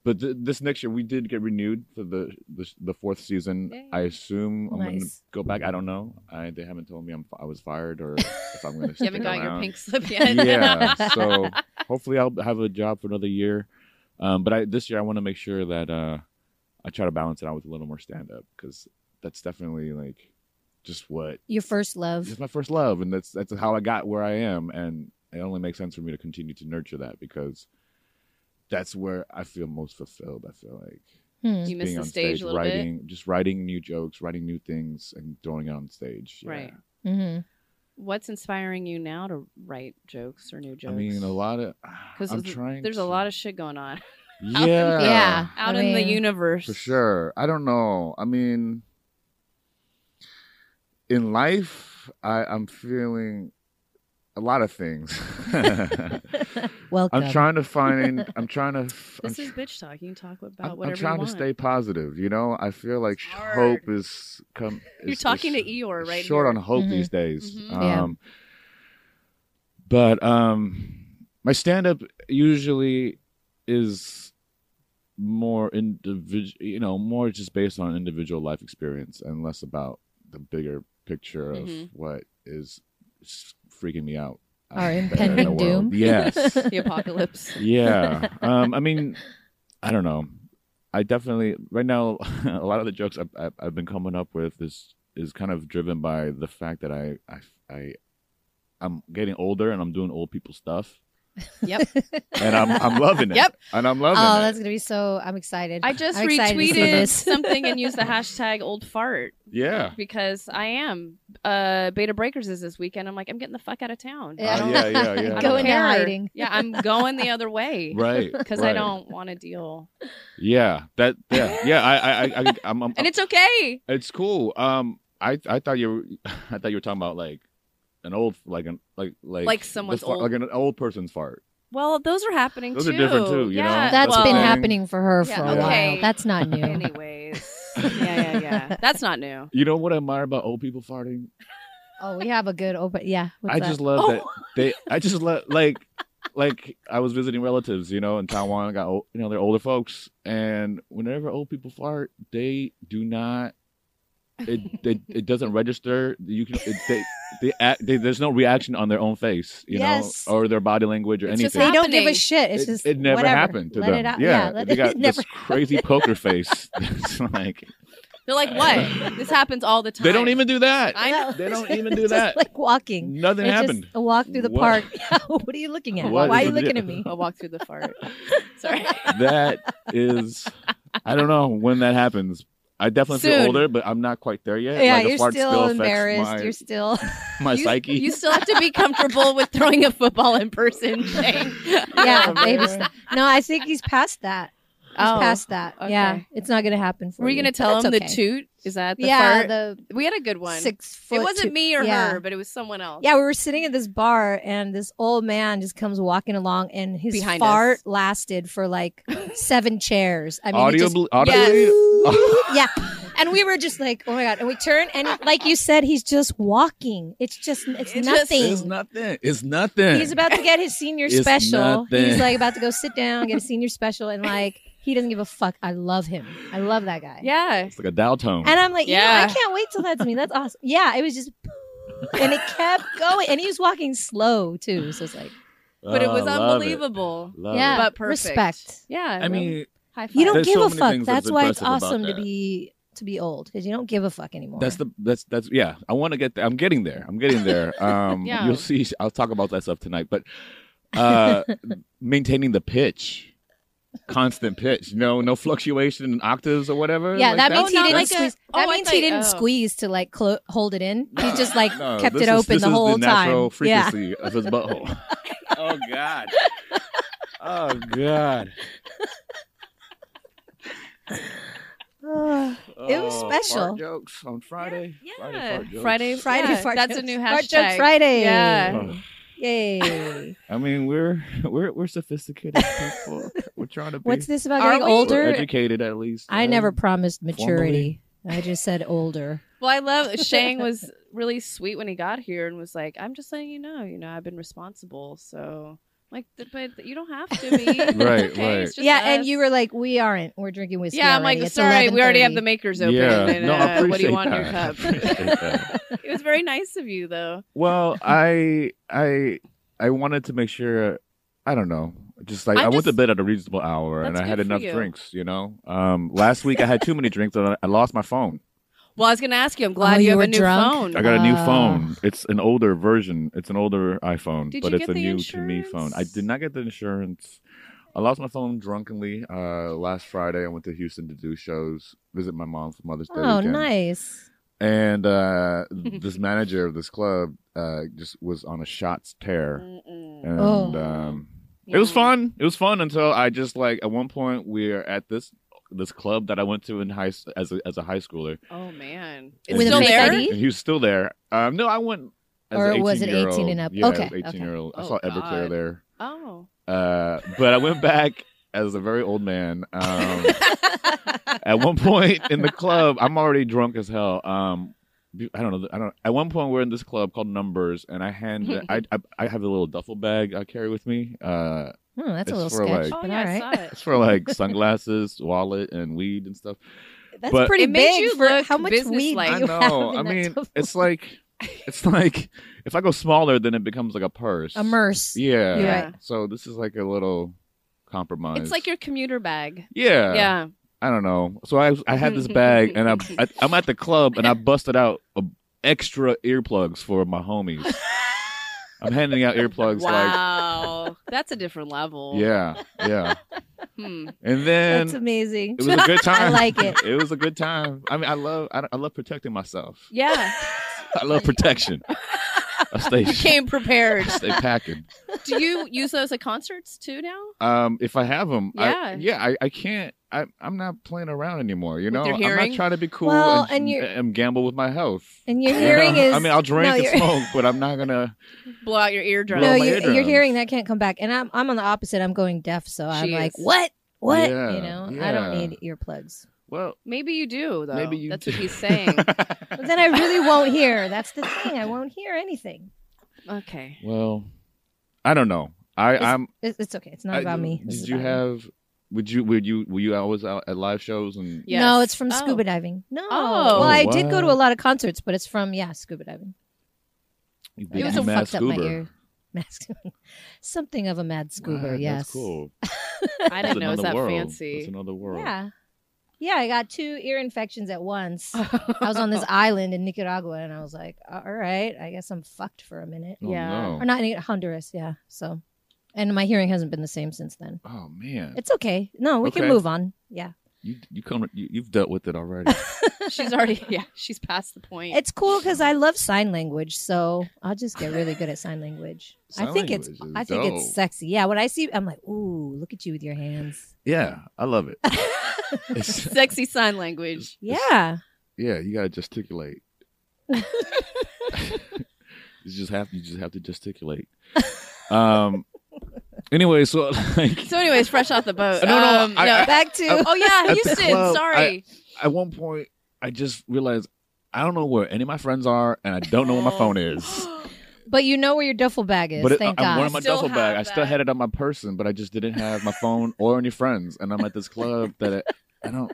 Speaker 4: But th- this next year, we did get renewed for the the, the fourth season.
Speaker 1: Yay.
Speaker 4: I assume I'm gonna
Speaker 3: Nice.
Speaker 4: go back. I don't know. I they haven't told me I'm I was fired or if I'm gonna.
Speaker 1: You haven't
Speaker 4: stick
Speaker 1: gotten your
Speaker 4: around.
Speaker 1: pink slip yet.
Speaker 4: yeah. So hopefully I'll have a job for another year. Um, but I this year I want to make sure that uh, I try to balance it out with a little more stand up because that's definitely like just what
Speaker 3: Your first love.
Speaker 4: it's my first love, and that's that's how I got where I am, and it only makes sense for me to continue to nurture that because that's where I feel most fulfilled. I feel like
Speaker 3: Hmm.
Speaker 1: you missed
Speaker 4: being
Speaker 1: the
Speaker 4: on
Speaker 1: stage, a little bit.
Speaker 4: writing just writing new jokes, writing new things, and throwing it on stage. Yeah.
Speaker 1: Right.
Speaker 3: Mhm.
Speaker 1: What's inspiring you now to write jokes or new jokes?
Speaker 4: I mean, a lot of
Speaker 1: Because
Speaker 4: I'm trying.
Speaker 1: there's
Speaker 4: to,
Speaker 1: a lot of shit going on
Speaker 4: yeah,
Speaker 3: Yeah.
Speaker 1: out
Speaker 3: I
Speaker 1: in the
Speaker 3: mean-
Speaker 1: universe.
Speaker 4: for sure. I don't know. I mean, in life, I, I'm feeling a lot of things.
Speaker 3: Welcome.
Speaker 4: I'm trying to find. I'm trying to. f- I'm
Speaker 1: This is bitch talk. You can talk about
Speaker 4: I'm,
Speaker 1: whatever
Speaker 4: I'm trying
Speaker 1: you
Speaker 4: to
Speaker 1: want.
Speaker 4: stay positive. You know, I feel like
Speaker 1: It's
Speaker 4: sh-
Speaker 1: hard.
Speaker 4: hope is come.
Speaker 1: You're
Speaker 4: is-
Speaker 1: talking
Speaker 4: is
Speaker 1: to Eeyore right
Speaker 4: Short
Speaker 1: here.
Speaker 4: on hope
Speaker 3: Mhm.
Speaker 4: these days.
Speaker 1: Mhm.
Speaker 3: Yeah.
Speaker 4: Um, But um, my stand up usually is more individual. You know, more just based on individual life experience and less about the bigger picture of
Speaker 1: Mhm.
Speaker 4: what is s- freaking me out.
Speaker 3: Our
Speaker 4: out there in the
Speaker 3: impending
Speaker 4: world.
Speaker 3: doom.
Speaker 4: Yes
Speaker 1: the apocalypse.
Speaker 4: yeah um i mean i don't know i definitely right now a lot of the jokes I've- i've, I've been coming up with is is kind of driven by the fact that i i, I i'm getting older and i'm doing old people stuff
Speaker 1: Yep.
Speaker 4: and i'm i'm loving it
Speaker 1: Yep.
Speaker 4: and i'm loving
Speaker 3: oh,
Speaker 4: it
Speaker 3: that's gonna be so. I'm excited.
Speaker 1: I just
Speaker 3: I'm excited to see
Speaker 1: retweeted
Speaker 3: this.
Speaker 1: something and used the hashtag old fart
Speaker 4: yeah
Speaker 1: because I am. Uh, Beta Breakers is this weekend. I'm like, I'm getting the fuck out of town.
Speaker 4: Yeah. Oh, yeah, yeah, yeah.
Speaker 1: I don't
Speaker 3: Going to
Speaker 1: care.
Speaker 3: hiding.
Speaker 1: Yeah, I'm going the other way.
Speaker 4: right
Speaker 1: Because I
Speaker 4: right.
Speaker 1: don't want to deal.
Speaker 4: yeah that yeah yeah i i, I I- i'm, I'm
Speaker 1: And it's okay.
Speaker 4: It's cool. Um, I I thought you were, I thought you were talking about like an old like an like like
Speaker 1: Like someone's
Speaker 4: the fart-
Speaker 1: old-
Speaker 4: like an old person's fart.
Speaker 1: Well, those are happening
Speaker 4: Those
Speaker 1: too.
Speaker 4: are different too, you know?
Speaker 1: Yeah.
Speaker 3: That's
Speaker 4: Well-
Speaker 3: been
Speaker 4: Okay.
Speaker 3: happening for her
Speaker 1: um, Yeah,
Speaker 3: for a
Speaker 4: okay.
Speaker 3: while. That's not new.
Speaker 1: Anyways. yeah, yeah, yeah. That's not new.
Speaker 4: You know what I admire about old people farting?
Speaker 3: oh, we have a good open. Yeah. What's
Speaker 4: I
Speaker 3: that?
Speaker 4: just love that they. I just love like like I was visiting relatives, you know, in Taiwan. I got old, you know they're older folks, and whenever old people fart, they do not. It it, it doesn't register. You can it, they. They act, they, there's no reaction on their own face, you
Speaker 3: Yes.
Speaker 4: know, or their body language or
Speaker 1: It's just
Speaker 4: anything.
Speaker 3: They don't give a
Speaker 1: happening.
Speaker 3: shit. It's
Speaker 4: it,
Speaker 3: just
Speaker 4: it never
Speaker 3: whatever.
Speaker 4: happened to
Speaker 3: Let
Speaker 4: them.
Speaker 3: It out.
Speaker 4: Yeah,
Speaker 3: Yeah, let
Speaker 4: they
Speaker 3: it,
Speaker 4: got
Speaker 3: it never.
Speaker 4: this crazy poker face. it's like
Speaker 1: They're like, what? this happens all the time.
Speaker 4: they don't even do that.
Speaker 1: I know.
Speaker 4: They don't even do
Speaker 3: It's just
Speaker 4: that.
Speaker 3: like walking.
Speaker 4: Nothing
Speaker 3: It's just
Speaker 4: happened.
Speaker 3: a walk through the
Speaker 4: What?
Speaker 3: park. Yeah, what are you looking at?
Speaker 4: What
Speaker 3: Why are
Speaker 4: is
Speaker 3: you
Speaker 4: it?
Speaker 3: looking at me?
Speaker 1: I'll walk through the fart. Sorry.
Speaker 4: that is, I don't know when that happens. I definitely feel
Speaker 1: Soon.
Speaker 4: older, but I'm not quite there yet.
Speaker 3: Yeah,
Speaker 4: like a
Speaker 3: you're
Speaker 4: fart
Speaker 3: still,
Speaker 4: still affects
Speaker 3: embarrassed.
Speaker 4: My,
Speaker 3: You're still.
Speaker 4: my
Speaker 1: you,
Speaker 4: psyche.
Speaker 1: You still have to be comfortable with throwing a football in person. Thing.
Speaker 3: Yeah, baby.
Speaker 4: Oh, man.
Speaker 3: step. No, I think he's past that. He's
Speaker 1: Oh,
Speaker 3: past that. Yeah,
Speaker 1: okay.
Speaker 3: it's not gonna happen for
Speaker 1: Were you
Speaker 3: you
Speaker 1: gonna tell
Speaker 3: That's
Speaker 1: him
Speaker 3: okay.
Speaker 1: the toot? Is that the
Speaker 3: yeah,
Speaker 1: fart?
Speaker 3: the
Speaker 1: we had a good one.
Speaker 3: six foot.
Speaker 1: it wasn't
Speaker 3: two-
Speaker 1: me or
Speaker 3: yeah.
Speaker 1: her, but it was someone else.
Speaker 3: Yeah, we were sitting at this bar, and this old man just comes walking along, and his
Speaker 1: Behind
Speaker 3: fart
Speaker 1: us.
Speaker 3: lasted for like seven chairs. I mean, he
Speaker 4: audio,
Speaker 3: just-
Speaker 4: audio.
Speaker 3: yeah. And we were just like, oh my god! And we turn, and like you said, he's just walking. It's just, it's
Speaker 1: It just-
Speaker 3: nothing.
Speaker 4: It's nothing. It's nothing.
Speaker 3: he's about to get his senior
Speaker 4: It's
Speaker 3: special.
Speaker 4: nothing.
Speaker 3: He's like about to go sit down, get a senior special, and like he doesn't give a fuck. I love him. I love that guy.
Speaker 1: Yeah.
Speaker 4: it's like a dial tone.
Speaker 3: And I'm like, yeah,
Speaker 1: Yeah.
Speaker 3: I can't wait till that's me. That's awesome. Yeah, it was just, and it kept going, and he was walking slow too. So it's like,
Speaker 1: But it
Speaker 4: Oh,
Speaker 1: was
Speaker 4: love
Speaker 1: unbelievable.
Speaker 4: Love
Speaker 3: yeah,
Speaker 4: it.
Speaker 1: But perfect.
Speaker 3: respect.
Speaker 1: Yeah.
Speaker 4: I mean,
Speaker 1: high five.
Speaker 3: You don't
Speaker 4: There's
Speaker 3: give
Speaker 4: so
Speaker 3: a
Speaker 4: many
Speaker 3: fuck.
Speaker 4: things
Speaker 3: That's
Speaker 4: that's
Speaker 3: why it's
Speaker 4: impressive about
Speaker 3: awesome to
Speaker 4: that.
Speaker 3: be to be old because you don't give a fuck anymore.
Speaker 4: That's the that's that's yeah. I want to get there. I'm getting there. I'm getting there. Um,
Speaker 1: Yeah.
Speaker 4: you'll see. I'll talk about that stuff tonight. But uh, maintaining the pitch, constant pitch. No, no fluctuation in octaves or whatever.
Speaker 3: yeah,
Speaker 4: like
Speaker 3: that, means he
Speaker 1: Oh, not
Speaker 3: didn't
Speaker 1: like a-
Speaker 3: squeeze.
Speaker 1: oh,
Speaker 3: that
Speaker 1: I
Speaker 3: means
Speaker 1: thought-
Speaker 3: he didn't
Speaker 1: oh.
Speaker 3: squeeze to like clo- hold it in.
Speaker 4: No,
Speaker 3: he just like
Speaker 4: no,
Speaker 3: kept
Speaker 4: this
Speaker 3: it
Speaker 4: is-
Speaker 3: open
Speaker 4: this
Speaker 3: the
Speaker 4: is
Speaker 3: whole
Speaker 4: the
Speaker 3: time.
Speaker 4: Natural frequency of his butthole. oh God. Oh God.
Speaker 3: Yeah. It was
Speaker 4: Oh, fart
Speaker 3: special.
Speaker 4: jokes on Friday.
Speaker 1: Yeah.
Speaker 4: Friday. Fart jokes.
Speaker 1: Friday.
Speaker 3: Friday
Speaker 1: yeah,
Speaker 3: fart
Speaker 1: That's a
Speaker 3: jokes.
Speaker 1: new hashtag.
Speaker 3: Fart joke Friday.
Speaker 1: Yeah.
Speaker 4: Oh,
Speaker 3: Yay.
Speaker 4: I mean, we're we're we're sophisticated people. we're trying to be.
Speaker 3: What's this about
Speaker 1: Are
Speaker 3: getting
Speaker 1: we?
Speaker 4: We're
Speaker 3: older?
Speaker 4: educated at least.
Speaker 3: I never
Speaker 4: Um,
Speaker 3: promised maturity. I just said older.
Speaker 1: Well, I love Shang was really sweet when he got here and was like, "I'm just letting you know, you know, I've been responsible." So, like, th- but you don't have to be. It's okay,
Speaker 4: Right,
Speaker 1: it's
Speaker 4: right.
Speaker 1: just
Speaker 3: yeah, and
Speaker 1: us.
Speaker 3: you were like, we aren't. We're drinking whiskey.
Speaker 1: Yeah, I'm
Speaker 3: already.
Speaker 1: like,
Speaker 3: It's
Speaker 1: sorry, we already have
Speaker 3: 11:30."
Speaker 1: the makers open. And,
Speaker 4: no, I
Speaker 1: uh, what do you
Speaker 4: appreciate
Speaker 1: want in your
Speaker 4: that.
Speaker 1: cup?
Speaker 4: I appreciate that.
Speaker 1: it was very nice of you, though.
Speaker 4: well, I I I wanted to make sure. I don't know. Just like i
Speaker 1: I'm
Speaker 4: went to
Speaker 1: just-
Speaker 4: bed at a reasonable hour and
Speaker 1: That's
Speaker 4: I had
Speaker 1: good for
Speaker 4: enough
Speaker 1: you.
Speaker 4: drinks. You know, um, last week I had too many drinks and I- I lost my phone.
Speaker 1: Well, I was going to ask you. I'm glad
Speaker 3: Oh,
Speaker 1: you,
Speaker 3: you
Speaker 1: have
Speaker 3: were
Speaker 1: a new
Speaker 3: drunk?
Speaker 1: phone.
Speaker 4: I got a new
Speaker 3: Wow.
Speaker 4: phone. It's an older version. It's an older iPhone,
Speaker 1: Did
Speaker 4: but
Speaker 1: you
Speaker 4: it's
Speaker 1: get
Speaker 4: a
Speaker 1: the
Speaker 4: new to me phone. I
Speaker 1: insurance?
Speaker 4: did not get the insurance. I lost my phone drunkenly uh, last Friday. I went to Houston to do shows, visit my mom for Mother's Day.
Speaker 3: Oh,
Speaker 4: weekend.
Speaker 3: nice.
Speaker 4: And uh, this manager of this club uh, just was on a shots tear.
Speaker 1: Mm-mm.
Speaker 4: and
Speaker 3: Oh.
Speaker 4: um, it was
Speaker 1: Yeah.
Speaker 4: fun. It was fun until I just like at one point we're at this this club that I went to in high s- as a, as a high schooler.
Speaker 1: Oh man,
Speaker 4: And
Speaker 1: it's
Speaker 3: With a
Speaker 1: still
Speaker 3: fake
Speaker 1: there.
Speaker 3: ID?
Speaker 4: And he was still there. Um, no, I went. As
Speaker 3: Or
Speaker 4: an
Speaker 3: was it
Speaker 4: 18-year-old.
Speaker 3: 18 and up?
Speaker 4: Yeah,
Speaker 3: Okay,
Speaker 4: I was eighteen
Speaker 3: okay.
Speaker 4: year old. I
Speaker 1: Oh,
Speaker 4: saw Everclear
Speaker 1: God.
Speaker 4: there,
Speaker 1: Oh,
Speaker 4: uh, but I went back as a very old man. Um,
Speaker 3: Oh,
Speaker 4: at one point in the club, I'm already drunk as hell. Um, be- I don't know. I don't. At one point, we're in this club called Numbers, and I hand. I, I I have a little duffel bag I carry with me. Uh,
Speaker 3: Oh, that's a
Speaker 4: It's
Speaker 3: little
Speaker 4: for,
Speaker 3: sketch,
Speaker 4: like-
Speaker 1: oh
Speaker 3: but
Speaker 1: yeah,
Speaker 3: all
Speaker 1: I
Speaker 3: right.
Speaker 1: saw it.
Speaker 4: it's for like sunglasses, wallet, and weed and stuff.
Speaker 3: That's
Speaker 4: But-
Speaker 3: pretty
Speaker 1: It made
Speaker 3: big
Speaker 1: you
Speaker 3: for
Speaker 1: look
Speaker 3: how much weed
Speaker 1: business-like.
Speaker 4: I
Speaker 3: you have
Speaker 4: know.
Speaker 3: in
Speaker 4: I
Speaker 3: that
Speaker 4: mean,
Speaker 3: double-
Speaker 4: it's like it's like if I go smaller, then it becomes like a purse.
Speaker 3: a merce.
Speaker 4: Yeah.
Speaker 1: You're right.
Speaker 4: So this is like a little compromise.
Speaker 1: It's like your commuter bag.
Speaker 4: yeah.
Speaker 1: Yeah.
Speaker 4: I don't know. So I I had this bag and I, I I'm at the club and I busted out a, extra earplugs for my homies. I'm handing out earplugs
Speaker 1: wow, that's a different level.
Speaker 4: like yeah yeah.
Speaker 1: Hmm.
Speaker 4: And then
Speaker 3: That's amazing.
Speaker 4: it was a good time.
Speaker 3: I like it.
Speaker 4: It was a good time. I mean, I love I, I love protecting myself.
Speaker 1: Yeah.
Speaker 4: I love protection. I stay
Speaker 1: You came prepared.
Speaker 4: I stay packing.
Speaker 1: Do you use those at concerts too now?
Speaker 4: Um, if I have them, I,
Speaker 1: Yeah.
Speaker 4: yeah, I, I can't. I, I'm not playing around anymore. You
Speaker 1: With
Speaker 4: know,
Speaker 1: your
Speaker 4: I'm
Speaker 1: hearing?
Speaker 4: not trying to be cool
Speaker 3: Well, and
Speaker 4: and,
Speaker 3: you're-
Speaker 4: and gamble with my health.
Speaker 3: And your
Speaker 4: You know?
Speaker 3: hearing is.
Speaker 4: I mean, I'll drink
Speaker 3: no,
Speaker 4: and
Speaker 3: your-
Speaker 4: smoke, but I'm not gonna.
Speaker 1: Blow out your eardrum.
Speaker 4: blow
Speaker 3: No,
Speaker 4: my
Speaker 3: you,
Speaker 4: eardrums.
Speaker 3: your hearing that can't come back. And I'm I'm on the opposite. I'm going deaf, so I'm
Speaker 1: Jeez.
Speaker 3: like, what, what?
Speaker 4: Yeah,
Speaker 3: you know, I
Speaker 4: yeah.
Speaker 3: don't need earplugs.
Speaker 4: Well,
Speaker 1: Maybe you do though.
Speaker 4: Maybe you
Speaker 1: That's
Speaker 4: do.
Speaker 1: what he's saying.
Speaker 3: But then I really won't hear. That's the thing. I won't hear anything.
Speaker 1: okay.
Speaker 4: well, I don't know. I, I'm.
Speaker 3: It- It's okay. It's not
Speaker 4: I-
Speaker 3: about me. This
Speaker 4: Did
Speaker 3: is
Speaker 4: you
Speaker 3: about
Speaker 4: have? Would you? Would you? Were you always out at live shows and?
Speaker 1: Yes.
Speaker 3: No, it's from
Speaker 1: Oh.
Speaker 3: scuba diving. No.
Speaker 1: Oh.
Speaker 3: well, I
Speaker 4: Oh,
Speaker 3: did go to
Speaker 4: wow.
Speaker 3: a lot of concerts, but it's from yeah, scuba diving.
Speaker 4: You
Speaker 1: It
Speaker 4: did
Speaker 1: was
Speaker 4: you
Speaker 1: a
Speaker 4: mad
Speaker 3: fucked up my
Speaker 4: scuba?
Speaker 3: ear. Mad scuba. Something of a mad
Speaker 4: Wow,
Speaker 3: scuba.
Speaker 4: that's
Speaker 3: yes.
Speaker 4: cool.
Speaker 1: Oh, I didn't know it was that
Speaker 4: world. That's
Speaker 1: fancy.
Speaker 4: another world.
Speaker 3: Yeah. Yeah, I got two ear infections at once. I
Speaker 1: I
Speaker 3: was on this island in Nicaragua, and I was like, all right, I guess I'm fucked for a minute.
Speaker 4: Oh,
Speaker 1: Yeah.
Speaker 4: no.
Speaker 3: Or not in Honduras, yeah. So, and my hearing hasn't been the same since then.
Speaker 4: Oh man,
Speaker 3: It's okay. No, we
Speaker 4: Okay.
Speaker 3: can move on. Yeah.
Speaker 4: you you come you, you've dealt with it already.
Speaker 1: she's already yeah, she's past the point.
Speaker 3: It's cool because I love sign language, so I'll just get really good at sign language. I
Speaker 4: Sign
Speaker 3: think it's
Speaker 4: language is
Speaker 3: I think
Speaker 4: dope.
Speaker 3: it's sexy. Yeah, when I see, I'm like, ooh, look at you with your hands.
Speaker 4: yeah, I love it. It's-
Speaker 1: sexy sign language.
Speaker 3: Yeah,
Speaker 4: yeah, you gotta gesticulate. you just have you just have to gesticulate. Um. Anyway, so like
Speaker 1: So anyways, fresh off the boat.
Speaker 4: No, no,
Speaker 1: um,
Speaker 4: I- I-
Speaker 3: back to
Speaker 4: I-
Speaker 1: Oh yeah,
Speaker 4: the
Speaker 1: Houston.
Speaker 4: club,
Speaker 1: sorry.
Speaker 4: at one point, I just realized I don't know where any of my friends are, and I don't know where my phone is.
Speaker 3: but you know where your duffel bag is.
Speaker 4: But it,
Speaker 3: thank
Speaker 4: I'm
Speaker 3: God.
Speaker 4: wearing my
Speaker 1: Still
Speaker 4: duffel
Speaker 1: have
Speaker 4: bag. I still
Speaker 1: that.
Speaker 4: had it on my person, but I just didn't have my phone or any friends. And I'm at this club that I, I don't.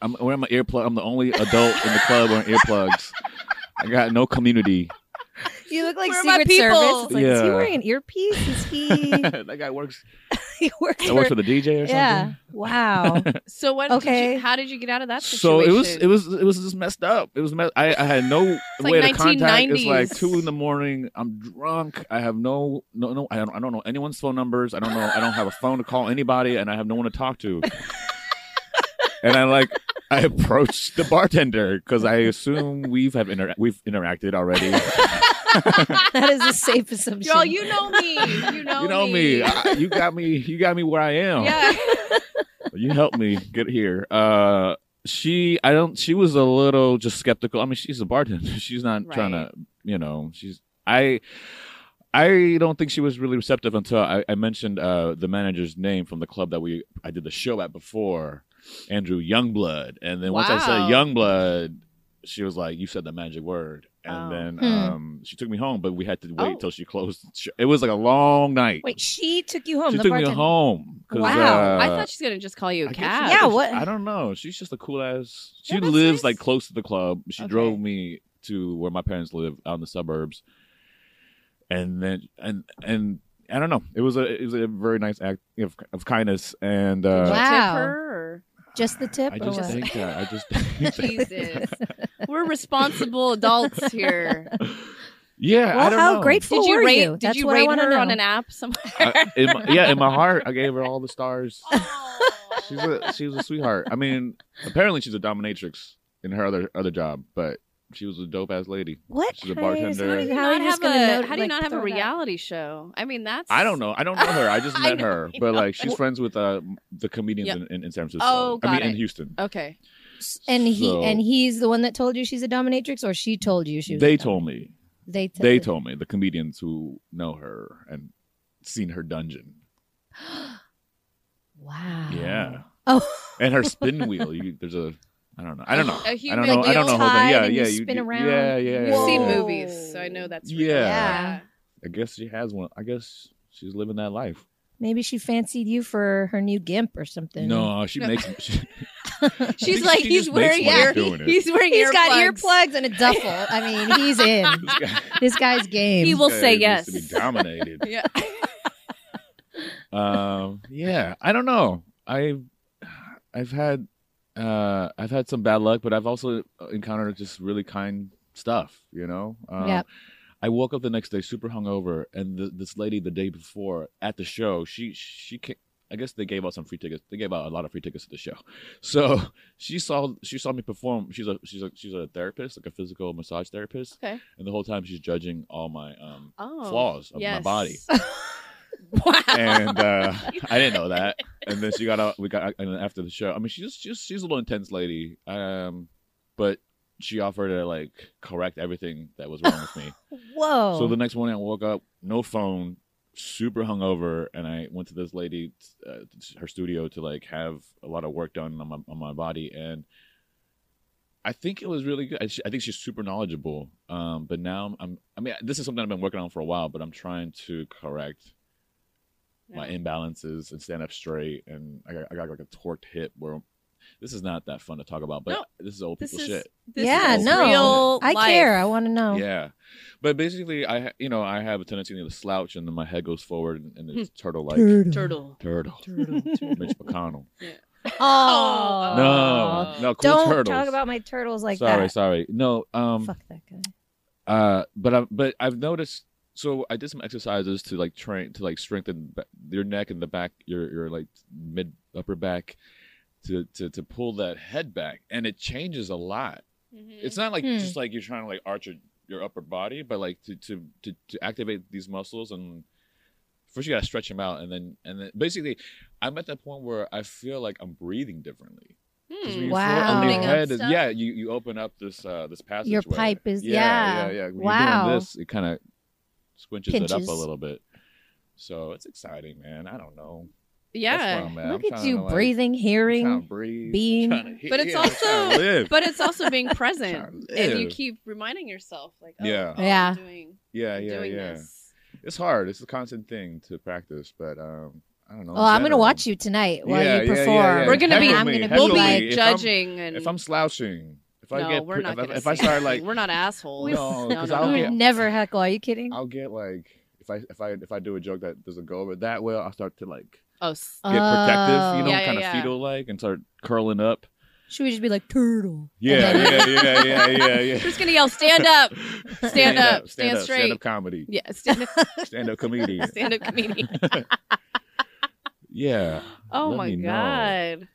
Speaker 4: I'm wearing my earplug. I'm the only adult in the club wearing earplugs. I got no community.
Speaker 3: you look like
Speaker 1: Where are my
Speaker 3: Secret
Speaker 1: people?
Speaker 3: Service. It's like, is he
Speaker 4: Yeah.
Speaker 3: wearing an earpiece? Is he?
Speaker 4: that guy works.
Speaker 3: he works.
Speaker 4: That works
Speaker 3: for-
Speaker 4: for the DJ or
Speaker 3: yeah.
Speaker 4: something.
Speaker 3: Wow.
Speaker 1: So what? Did
Speaker 3: Okay.
Speaker 1: you, how did you get out of that
Speaker 4: So
Speaker 1: situation?
Speaker 4: it was it was it was just messed up. It was mess- I I had no
Speaker 1: like
Speaker 4: way to contact. It's like
Speaker 1: 1990s.
Speaker 4: two in the morning. I'm drunk. I have no no no. I don't I don't know anyone's phone numbers. I don't know. I don't have a phone to call anybody, and I have no one to talk to. and I like I approached the bartender because I assume we've have inter- we've interacted already.
Speaker 3: that is the safe assumption.
Speaker 1: Y'all, you know me. You know,
Speaker 4: you know me. I, you got me. You got me where I am.
Speaker 1: Yeah.
Speaker 4: you helped me get here. Uh, she, I don't. She was a little just skeptical. I mean, she's a bartender. She's not
Speaker 1: Right.
Speaker 4: trying to, you know. She's I, I don't think she was really receptive until I, I mentioned uh, the manager's name from the club that we I did the show at before, Andrew Youngblood. And then once I
Speaker 1: Wow.
Speaker 4: said Youngblood, she was like, "You said the magic word." And
Speaker 1: Oh.
Speaker 4: then
Speaker 3: Hmm.
Speaker 4: um, she took me home, but we had to wait
Speaker 1: Oh.
Speaker 4: till she closed. It was like a long night.
Speaker 3: Wait, she took you home.
Speaker 4: she
Speaker 3: the
Speaker 4: took me
Speaker 3: bartender.
Speaker 4: home. 'cause,
Speaker 3: Wow.
Speaker 1: I
Speaker 4: uh,
Speaker 1: thought she's gonna just call you a
Speaker 4: I guess
Speaker 1: cab.
Speaker 4: she-
Speaker 3: Yeah, what-
Speaker 4: I don't know. She's just a cool ass. She
Speaker 3: Yeah, that's
Speaker 4: lives
Speaker 3: nice.
Speaker 4: like close to the club. She
Speaker 1: Okay.
Speaker 4: drove me to where my parents live out in the suburbs, and then and and I don't know. It was a it was a very nice act of, of kindness, and
Speaker 1: Did you
Speaker 4: uh,
Speaker 3: Wow.
Speaker 1: tip her?
Speaker 3: Just the tip.
Speaker 4: I
Speaker 3: or
Speaker 4: just
Speaker 3: what?
Speaker 4: think that I just think
Speaker 1: or-
Speaker 4: that-
Speaker 1: Jesus, we're responsible adults here.
Speaker 4: yeah. I
Speaker 3: well,
Speaker 4: don't
Speaker 3: how
Speaker 4: know.
Speaker 3: grateful
Speaker 1: Did you
Speaker 3: were
Speaker 1: rate?
Speaker 3: you?
Speaker 1: Did
Speaker 3: That's
Speaker 1: you
Speaker 3: what I
Speaker 1: rate
Speaker 3: want to
Speaker 1: her
Speaker 3: know.
Speaker 1: on an app somewhere?
Speaker 4: I- in my, yeah, in my heart, I gave her all the stars.
Speaker 1: Oh.
Speaker 4: She's a she was a sweetheart. I mean, apparently she's a dominatrix in her other other job, but she was a dope ass lady.
Speaker 3: What?
Speaker 4: She's a
Speaker 3: How are you-
Speaker 4: bartender.
Speaker 3: How are you,
Speaker 1: How
Speaker 4: How do
Speaker 1: do you
Speaker 3: just
Speaker 1: not
Speaker 3: gonna
Speaker 1: have a,
Speaker 3: know,
Speaker 1: how do you
Speaker 3: like,
Speaker 1: not have a
Speaker 3: throw that?
Speaker 1: reality show? I mean, that's
Speaker 4: I don't know. I don't know her. I just
Speaker 1: I
Speaker 4: met
Speaker 1: know,
Speaker 4: her,
Speaker 1: I
Speaker 4: but
Speaker 1: know.
Speaker 4: like she's friends with uh, the comedians
Speaker 1: Yep.
Speaker 4: in, in, in San Francisco.
Speaker 1: Oh,
Speaker 4: I
Speaker 1: got
Speaker 4: mean in
Speaker 1: it.
Speaker 4: Houston.
Speaker 1: Okay,
Speaker 3: And he
Speaker 4: So-
Speaker 3: and he's the one that told you she's a dominatrix, or she told you she was.
Speaker 4: They
Speaker 3: a
Speaker 4: told me.
Speaker 3: dominatrix? They told.
Speaker 4: They told me the comedians who know her and seen her dungeon.
Speaker 3: Wow.
Speaker 4: Yeah,
Speaker 3: Oh.
Speaker 4: and her spin wheel. You, there's a. I don't know. I don't know.
Speaker 1: A
Speaker 4: I don't
Speaker 1: human
Speaker 4: know. I don't know. Hold on.
Speaker 3: tied
Speaker 4: Yeah,
Speaker 3: and
Speaker 4: yeah.
Speaker 3: you spin around.
Speaker 4: Yeah, yeah.
Speaker 1: I've seen
Speaker 4: yeah.
Speaker 3: Whoa.
Speaker 1: movies, so I know that's
Speaker 4: Yeah.
Speaker 1: real.
Speaker 3: Yeah.
Speaker 4: I guess she has one. I guess she's living that life.
Speaker 3: Maybe she fancied you for her new gimp or something.
Speaker 4: No, she
Speaker 1: No.
Speaker 4: makes. She,
Speaker 1: She's
Speaker 4: She-
Speaker 1: like
Speaker 4: she
Speaker 1: he's
Speaker 4: just
Speaker 1: wearing
Speaker 4: makes money
Speaker 1: ear,
Speaker 4: doing it.
Speaker 1: he's wearing
Speaker 3: He's
Speaker 1: earplugs.
Speaker 3: got earplugs and a duffel. I mean, he's in.
Speaker 4: this guy,
Speaker 3: This guy's game.
Speaker 1: He will
Speaker 4: this guy
Speaker 1: say
Speaker 4: needs
Speaker 1: yes.
Speaker 4: To be dominated.
Speaker 1: Yeah.
Speaker 4: um yeah i don't know i i've had uh i've had some bad luck but i've also encountered just really kind stuff you know um,
Speaker 3: Yep.
Speaker 4: i woke up the next day super hungover and th this lady the day before at the show she she ca I guess they gave out some free tickets. They gave out a lot of free tickets to the show. So she saw she saw me perform. She's a she's a she's a therapist, like a physical massage therapist.
Speaker 1: Okay.
Speaker 4: And the whole time she's judging all my um
Speaker 1: Oh.
Speaker 4: flaws of my body
Speaker 1: wow.
Speaker 4: and uh, I didn't know that. And then she got out. We got uh, and then after the show. I mean, she's she's she's a little intense lady. Um, but she offered to like correct everything that was wrong with me.
Speaker 3: Whoa.
Speaker 4: So the next morning, I woke up, no phone, super hungover, and I went to this lady, uh, her studio, to like have a lot of work done on my on my body, and I think it was really good. I, sh- I think she's super knowledgeable. Um, but now I'm, I mean, this is something I've been working on for a while, but I'm trying to correct my imbalances and stand up straight. And I got, I got like a torqued hip where this is not that fun to talk about, but
Speaker 1: No.
Speaker 4: this is old
Speaker 1: This
Speaker 4: people
Speaker 1: is
Speaker 4: shit.
Speaker 1: this
Speaker 3: yeah,
Speaker 1: is
Speaker 3: no,
Speaker 1: real
Speaker 3: I
Speaker 1: life.
Speaker 3: care. I want to know.
Speaker 4: Yeah, but basically, I ha- you know I have a tendency to slouch and then my head goes forward and, and it's turtle like
Speaker 1: Turtle.
Speaker 4: turtle. Mitch McConnell.
Speaker 3: Oh,
Speaker 4: No, no, cool
Speaker 3: Don't
Speaker 4: turtles.
Speaker 3: talk about my turtles like
Speaker 4: sorry,
Speaker 3: that.
Speaker 4: sorry. No, um,
Speaker 3: Fuck that guy.
Speaker 4: uh, but I but I've noticed. So I did some exercises to like train to like strengthen ba- your neck and the back, your your like mid upper back, to to to pull that head back, and it changes a lot. It's not like
Speaker 3: Hmm.
Speaker 4: just like you're trying to like arch your, your upper body, but like to, to to to activate these muscles and first you gotta stretch them out, and then and then basically, I'm at that point where I feel like I'm breathing differently. 'Cause when you
Speaker 3: Hmm. Wow.
Speaker 4: float on your
Speaker 1: Opening up
Speaker 4: head is-
Speaker 1: stuff?
Speaker 4: yeah, you, you open up this uh, this passageway.
Speaker 3: pipe is-
Speaker 4: yeah,
Speaker 3: yeah.
Speaker 4: yeah. When you're
Speaker 3: Wow.
Speaker 4: doing this, it kind of squinches it up
Speaker 3: Pinches.
Speaker 4: a little bit. So it's exciting, man. I don't know. That's where
Speaker 1: Yeah.
Speaker 4: I'm at.
Speaker 3: Look
Speaker 4: I'm
Speaker 3: at
Speaker 4: trying
Speaker 3: you
Speaker 4: to, like,
Speaker 3: breathing,
Speaker 4: I'm trying
Speaker 3: hearing.
Speaker 4: to breathe,
Speaker 3: being-
Speaker 4: trying to hear,
Speaker 1: But it's
Speaker 4: I'm trying to
Speaker 1: also-
Speaker 4: live.
Speaker 1: But it's also being
Speaker 4: Trying
Speaker 1: present.
Speaker 4: to
Speaker 1: And you
Speaker 4: live.
Speaker 1: keep reminding yourself, like, oh,
Speaker 4: Yeah.
Speaker 1: oh, I'm
Speaker 3: Yeah.
Speaker 1: doing,
Speaker 4: yeah,
Speaker 1: I'm
Speaker 4: yeah,
Speaker 1: doing
Speaker 4: yeah.
Speaker 1: this.
Speaker 4: It's hard. It's a constant thing to practice, but um, I don't know.
Speaker 3: Oh, I'm gonna watch you tonight while you
Speaker 4: Yeah, yeah, yeah,
Speaker 3: perform.
Speaker 4: yeah.
Speaker 1: We're gonna be-
Speaker 3: I'm
Speaker 4: Heckle
Speaker 3: gonna
Speaker 4: me,
Speaker 3: be
Speaker 4: heckle
Speaker 1: We'll
Speaker 4: me.
Speaker 3: like,
Speaker 1: be
Speaker 4: If I'm-
Speaker 1: judging and
Speaker 4: If I'm slouching, if I
Speaker 1: no,
Speaker 4: get,
Speaker 1: we're
Speaker 4: pre-
Speaker 1: not
Speaker 4: if, I-
Speaker 1: gonna
Speaker 4: if I
Speaker 1: say
Speaker 4: start
Speaker 1: that.
Speaker 4: like,
Speaker 1: we're not assholes.
Speaker 4: No,
Speaker 1: no,
Speaker 4: 'cause
Speaker 1: no,
Speaker 4: I'll
Speaker 1: no.
Speaker 3: you
Speaker 4: get-
Speaker 3: would never heckle. Are you kidding?
Speaker 4: I'll get like, if I if I if I do a joke that doesn't go over that well, I'll start to like
Speaker 1: Oh, s-
Speaker 4: get protective,
Speaker 3: Oh,
Speaker 4: you know,
Speaker 1: Oh, Yeah, yeah,
Speaker 4: kind of
Speaker 1: yeah.
Speaker 4: fetal like, and start curling up.
Speaker 3: Should we just be like turtle?
Speaker 4: Yeah, yeah, yeah, yeah, yeah, yeah.
Speaker 1: Who's gonna yell? Stand up.
Speaker 4: Stand,
Speaker 1: up, stand
Speaker 4: stand
Speaker 1: straight.
Speaker 4: up comedy,
Speaker 1: Yeah, stand up,
Speaker 4: stand up comedian.
Speaker 1: stand up comedian.
Speaker 4: Yeah,
Speaker 1: Oh
Speaker 4: Let
Speaker 1: my
Speaker 4: me know.
Speaker 1: god.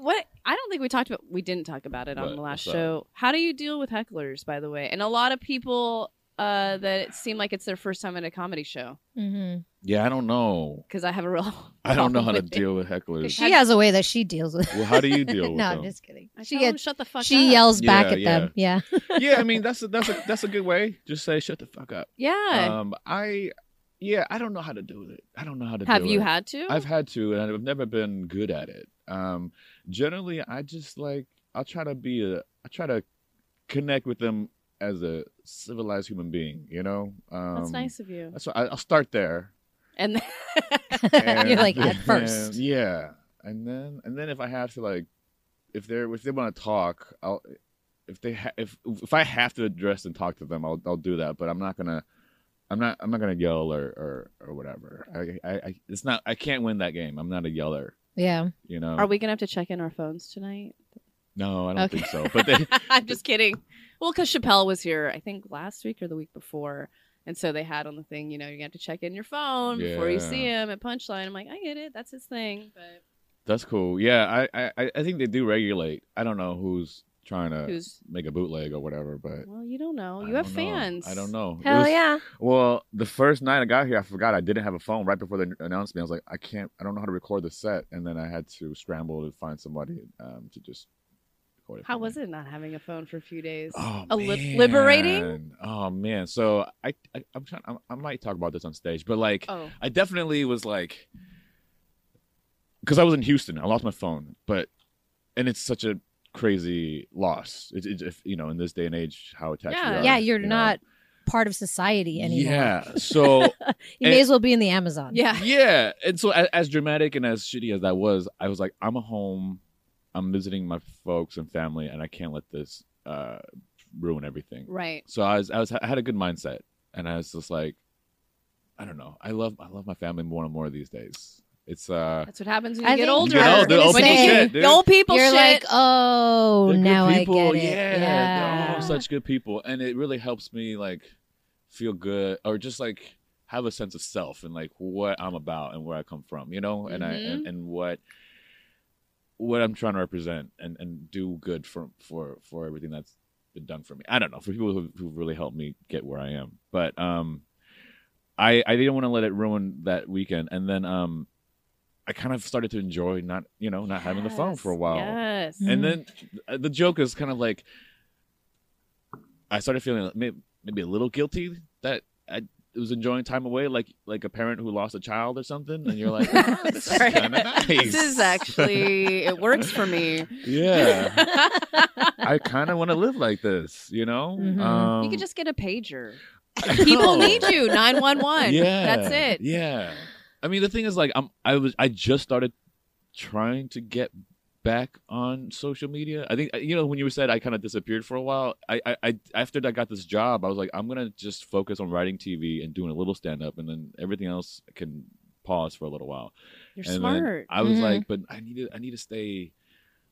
Speaker 1: What I don't think we talked about we didn't talk about it on
Speaker 4: What?
Speaker 1: the last
Speaker 4: What's that?
Speaker 1: show. How do you deal with hecklers by the way? And a lot of people uh that seem like it's their first time at a comedy show
Speaker 3: Mm-hmm.
Speaker 4: yeah. I don't know.
Speaker 1: cuz I have a real
Speaker 4: I don't know
Speaker 1: problem
Speaker 4: how to
Speaker 1: with it.
Speaker 4: deal with hecklers.
Speaker 3: She has a way that she deals with.
Speaker 4: Well, how do you deal with
Speaker 3: no,
Speaker 4: them?
Speaker 3: I'm just kidding.
Speaker 1: I
Speaker 3: She
Speaker 1: tell 'em,
Speaker 3: gets,
Speaker 1: shut the fuck
Speaker 3: she
Speaker 1: up.
Speaker 3: yells
Speaker 4: Yeah,
Speaker 3: back at them. Yeah.
Speaker 4: yeah, I mean that's a, that's a that's a good way. Just say shut the fuck up.
Speaker 1: Yeah.
Speaker 4: Um, I yeah, I don't know how to do it. I don't know how to.
Speaker 1: have
Speaker 4: do
Speaker 1: you
Speaker 4: it.
Speaker 1: had to?
Speaker 4: I've had to, and I've never been good at it. Um, generally, I just like I'll try to be a I try to connect with them as a civilized human being. You know, um,
Speaker 1: That's nice of you.
Speaker 4: That's why I, I'll start there.
Speaker 1: And
Speaker 4: And
Speaker 3: You're like at
Speaker 4: then-
Speaker 3: first.
Speaker 4: yeah, and then and then if I have to like, if they're if they want to talk, I'll if they ha- if if I have to address and talk to them, I'll I'll do that. But I'm not gonna. I'm not. I'm not gonna yell or or, or whatever. I, I, I. It's not. I can't win that game. I'm not a yeller
Speaker 3: Yeah.
Speaker 4: you know.
Speaker 1: are we going to have to check in our phones tonight?
Speaker 4: No, I don't
Speaker 1: Okay.
Speaker 4: think so. But they,
Speaker 1: I'm just kidding. Well, because Chappelle was here, I think last week or the week before, and so they had on the thing, you know, you have to check in your phone before you
Speaker 4: Yeah.
Speaker 1: see him at Punchline. I'm like, I get it, that's his thing, but
Speaker 4: that's cool. Yeah, I, I I think they do regulate. I don't know who's trying to
Speaker 1: who's?
Speaker 4: make a bootleg or whatever, but
Speaker 1: Well, you don't know.
Speaker 4: Uh, I
Speaker 1: You have
Speaker 4: don't know.
Speaker 1: fans.
Speaker 4: I don't know. It
Speaker 3: Hell
Speaker 4: was-
Speaker 3: yeah.
Speaker 4: Well, the first night I got here, I forgot I didn't have a phone right before they announced me. I was like, I can't. I don't know how to record the set, and then I had to scramble to find somebody um, to just record it.
Speaker 1: How
Speaker 4: for me.
Speaker 1: was it not having a phone for a few days?
Speaker 4: Oh,
Speaker 1: A li- liberating?
Speaker 4: man. Oh man. So I, I I'm trying. I, I might talk about this on stage, but like.
Speaker 1: Oh,
Speaker 4: I definitely was like, because I was in Houston, I lost my phone, but, and it's such a crazy loss. It, it, if, you know, in this day and age, how attached we
Speaker 1: Yeah.
Speaker 4: are.
Speaker 3: Yeah. You're
Speaker 4: you know.
Speaker 3: not part of society anymore.
Speaker 4: Yeah. So
Speaker 3: You may as well be in the Amazon.
Speaker 1: yeah.
Speaker 4: yeah, and so as, as dramatic and as shitty as that was, I was like, I'm home, I'm visiting my folks and family, and I can't let this uh, ruin everything.
Speaker 1: Right.
Speaker 4: So I was, I was, I had a good mindset, and I was just like, I don't know, I love, I love my family more and more these days. It's uh,
Speaker 1: That's what happens when
Speaker 3: I
Speaker 1: you get
Speaker 3: think-
Speaker 1: older.
Speaker 4: You get old, the old
Speaker 1: When
Speaker 4: people
Speaker 1: you-
Speaker 4: shit, dude.
Speaker 1: the old people
Speaker 3: You're
Speaker 1: shit.
Speaker 3: like, oh,
Speaker 4: They're good
Speaker 3: now I
Speaker 4: people.
Speaker 3: get it.
Speaker 4: Yeah, Oh,
Speaker 3: Yeah.
Speaker 4: they're all such good people, and it really helps me like feel good, or just like have a sense of self and like what I'm about and where I come from, you know, and I
Speaker 3: Mm-hmm.
Speaker 1: Mhm.
Speaker 4: and, and what what I'm trying to represent and and do good for for for everything that's been done for me. I don't know for people who who really helped me get where I am, but um, I I didn't want to let it ruin that weekend, and then um. I kind of started to enjoy not, you know, not having the phone for a
Speaker 1: Yes,
Speaker 4: while.
Speaker 1: Yes.
Speaker 3: Mm.
Speaker 4: And then uh, the joke is kind of like I started feeling maybe, maybe a little guilty that I was enjoying time away, like like a parent who lost a child or something, and you're like, "Ah, this is
Speaker 1: Sorry.
Speaker 4: kind of nice.
Speaker 1: This is actually it works for me.
Speaker 4: yeah. I kind of want to live like this, you know.
Speaker 3: Mhm. You
Speaker 4: Um,
Speaker 1: Mm-hmm. you could just get a pager.
Speaker 4: I
Speaker 1: People
Speaker 4: know.
Speaker 1: need you. Nine one one.
Speaker 4: Yeah,
Speaker 1: That's it.
Speaker 4: Yeah. I mean, the thing is, like, I'm I was I just started trying to get back on social media. I think you know when you said I kind of disappeared for a while. I, I I after I got this job, I was like, I'm gonna just focus on writing TV and doing a little stand up, and then everything else can pause for a little while.
Speaker 1: You're
Speaker 4: And then
Speaker 1: smart. Mm-hmm.
Speaker 4: I was
Speaker 3: Mhm.
Speaker 4: like, but I need to I need to stay